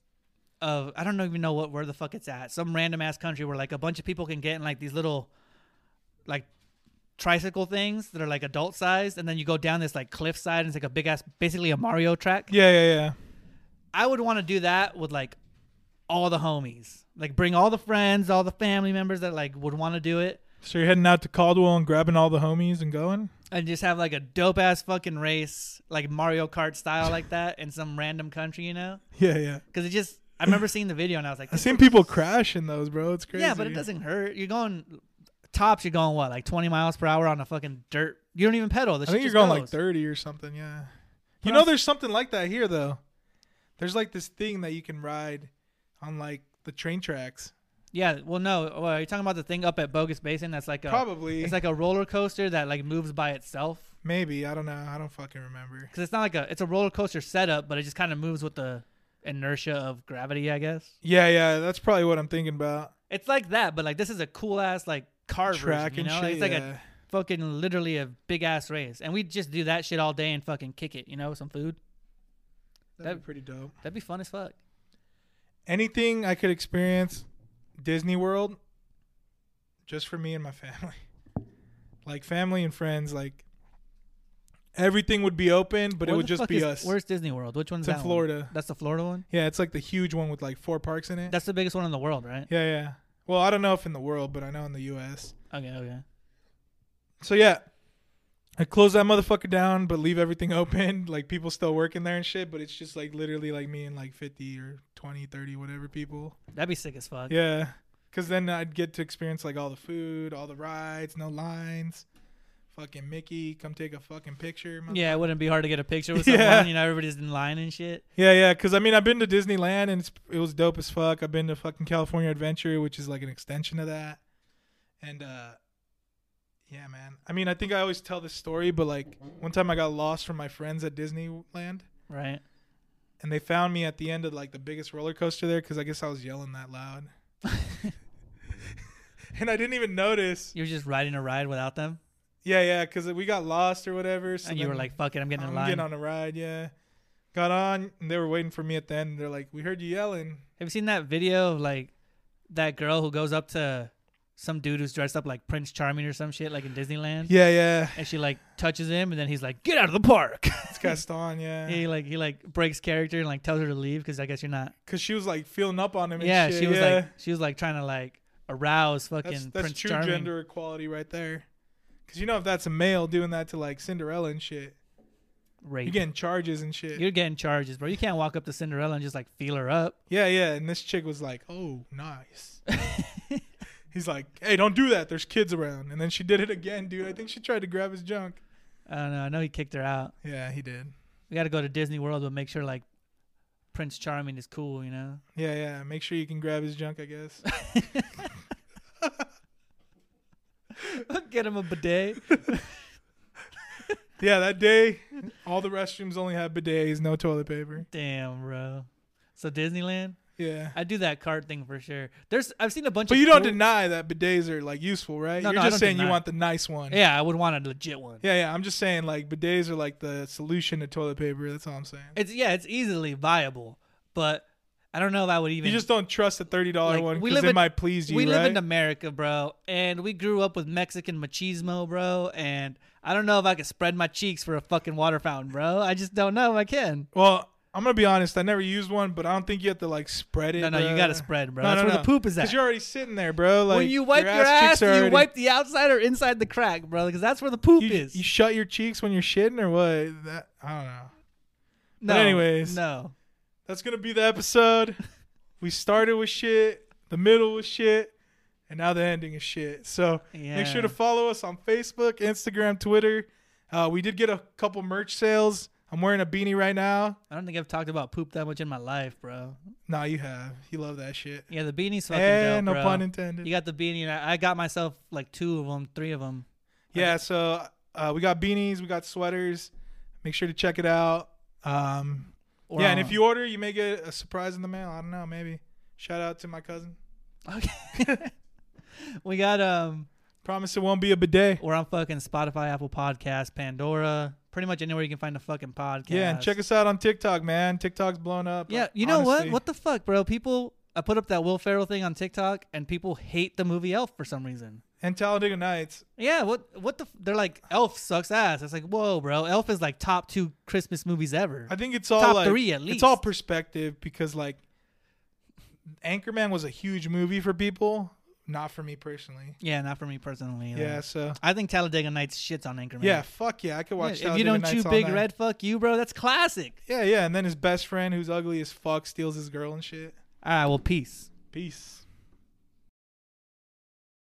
of I don't even know what where the fuck it's at. Some random ass country where like a bunch of people can get in like these little like tricycle things that are like adult sized, and then you go down this like cliffside and it's like a big ass basically a Mario track.
Yeah, yeah, yeah.
I would want to do that with like all the homies, like bring all the friends, all the family members that like would want to do it.
So you're heading out to Caldwell and grabbing all the homies and going?
and just have like a dope ass fucking race, like Mario Kart style,
(laughs)
like that, in some random country, you know?
(laughs) Yeah, yeah.
Because it just, I remember seeing the video and I was like,
I've seen people crash in those, bro. It's crazy.
yeah, but it doesn't hurt. You're going tops. You're going what, like 20 miles per hour on a fucking dirt. You don't even pedal. The
I
shit
think you're
just
going like
goes.
30 or something, yeah.
But
you know,
I'm-
there's something like that here, though. There's like this thing that you can ride on like the train tracks.
Yeah. Well, no. Well, are you talking about the thing up at Bogus Basin? That's like a
Probably.
it's like a roller coaster that like moves by itself.
Maybe. I don't know. I don't fucking remember.
Because it's not like a it's a roller coaster setup, but it just kind of moves with the inertia of gravity, I guess.
Yeah, yeah. That's probably what I'm thinking about.
It's like that, but like this is a cool ass like car
Track
version, you
and
know?
shit.
it's like
yeah.
a fucking literally a big ass race, and we just do that shit all day and fucking kick it, you know, with some food.
That'd
that-
be pretty dope.
That'd be fun as fuck.
Anything I could experience Disney World just for me and my family. (laughs) Like family and friends, like everything would be open, but
Where
it would
the
just
fuck
be
is-
us.
Where's Disney World? Which one's
It's in
that one?
Florida.
That's the Florida one.
Yeah, it's like the huge one with like four parks in it.
That's the biggest one in the world, right?
Yeah, yeah. Well, I don't know if in the world, but I know in the U.S.
Okay, okay.
So yeah, I close that motherfucker down, but leave everything (laughs) open. Like people still working there and shit, but it's just like literally like me and like 50 or 20, 30, whatever people.
That'd be sick as fuck.
Yeah, because then I'd get to experience like all the food, all the rides, no lines. Fucking Mickey, come take a fucking picture. mother-
Yeah, it wouldn't be hard to get a picture with someone.
(laughs) Yeah.
You know, everybody's in line and shit.
Yeah, yeah. Because I mean, I've been to Disneyland and it's, it was dope as fuck. I've been to fucking California Adventure, which is like an extension of that. And uh, yeah, man. I mean, I think I always tell this story, but like one time I got lost from my friends at Disneyland,
Right.
and they found me at the end of like the biggest roller coaster there because I guess I was yelling that loud, (laughs) and I didn't even notice.
You're just riding a ride without them,
Yeah, yeah. Because we got lost or whatever. So
and you were
then-
like, "Fuck it, I'm getting in
I'm
line."
getting on a ride. Yeah, got on, and they were waiting for me at the end. They're like, "We heard you yelling."
Have you seen that video of like that girl who goes up to some dude who's dressed up like Prince Charming or some shit, like in Disneyland.
Yeah, yeah.
And she like touches him, and then he's like, "Get out of the
(laughs)
park." (laughs)
It's Gaston, yeah.
he like he like breaks character and like tells her to leave because I guess you're not.
Because she was like feeling up on him and
yeah,
shit.
she was
yeah.
like she was like trying to like arouse fucking
that's, that's
Prince
true
Charming.
gender equality right there. Because you know if that's a male doing that to like Cinderella and shit,
rape.
you're getting charges and shit.
You're getting charges, bro. You can't walk up to Cinderella and just like feel her up.
yeah, yeah. And this chick was like, "Oh,
(laughs)
nice." He's like, "Hey, don't do that. There's kids around." And then she did it again, dude. I think she tried to grab his junk.
I don't know. I know he kicked her out.
Yeah, he did.
We got to go to Disney World, but make sure like Prince Charming is cool,
(laughs)
you know.
Yeah, yeah. Make sure you can grab his junk, I guess.
Get him a bidet.
yeah, that day, all the restrooms only had bidets, no toilet paper.
Damn, bro. So Disneyland,
Yeah.
I do that card thing for sure. There's I've seen a bunch
But
of
you don't
cool-
deny that bidets are like useful, right?
No,
You're
no, I
just
don't
saying you
deny.
want the nice one.
Yeah, I would want a legit one.
Yeah, yeah. I'm just saying, like, bidets are like the solution to toilet paper. That's all I'm saying.
It's yeah, it's easily viable, but I don't know if I would even
You just don't trust the thirty dollar
Like,
one
we
because it
live in-
might please you,
we live
right?
in America, bro, and we grew up with Mexican machismo, bro, and I don't know if I could spread my cheeks for a fucking water fountain, bro. I just don't know if I can.
well, I'm gonna be honest. I never used one, but I don't think you have to like spread it.
No, no, you
bruh.
gotta spread, bro.
No,
That's
no,
where
no.
the poop is at.
Cause you're already sitting there, bro. Like
when you wipe your ass,
cheeks are
do you
already-
wipe the outside or inside the crack, bro, because that's where the poop
You,
is.
you shut your cheeks when you're shitting or what? That I don't know.
no,
anyways.
no.
That's gonna be the
(laughs)
episode. we started with shit, the middle was shit, and now the ending is shit. So make sure to
Yeah.
follow us on Facebook, Instagram, Twitter. Uh, we did get a couple merch sales. I'm wearing a beanie right now.
I don't think I've talked about poop that much in my life, bro.
Nah, you have. You love that shit.
Yeah, the beanie's fucking
Eh,
dope,
no
bro.
pun intended.
You got the beanie, and I, I got myself like two of them, three of them.
yeah, so uh, we got beanies, we got sweaters. Make sure to check it out. Um, yeah, and if you order, you may get a surprise in the mail. I don't know, maybe. Shout out to my cousin.
okay. we got um,
Promise it won't be a bidet.
we're on fucking Spotify, Apple Podcasts, Pandora, pretty much anywhere you can find a fucking podcast.
Yeah, and check us out on TikTok, man. TikTok's blown up.
Yeah,
uh,
you know
honestly.
what? What the fuck, bro? People, I put up that Will Ferrell thing on TikTok, and people hate the movie Elf for some reason.
And Talladega Nights.
Yeah, what? What the? f- They're like Elf sucks ass. It's like whoa, bro. Elf is like top two Christmas movies ever.
I think it's all
Top
like,
three, at
It's all
least.
perspective because like Anchorman was a huge movie for people, not for me personally.
yeah, not for me personally. though.
Yeah, so
I think Talladega Nights shits on Anchorman.
yeah, fuck yeah, I could watch.
Yeah, if you
Talladega
don't
Nights
chew
all
Big
night.
Red, fuck you, bro. That's classic.
Yeah, yeah, and then his best friend, who's ugly as fuck, steals his girl and shit.
All right, well, peace.
Peace.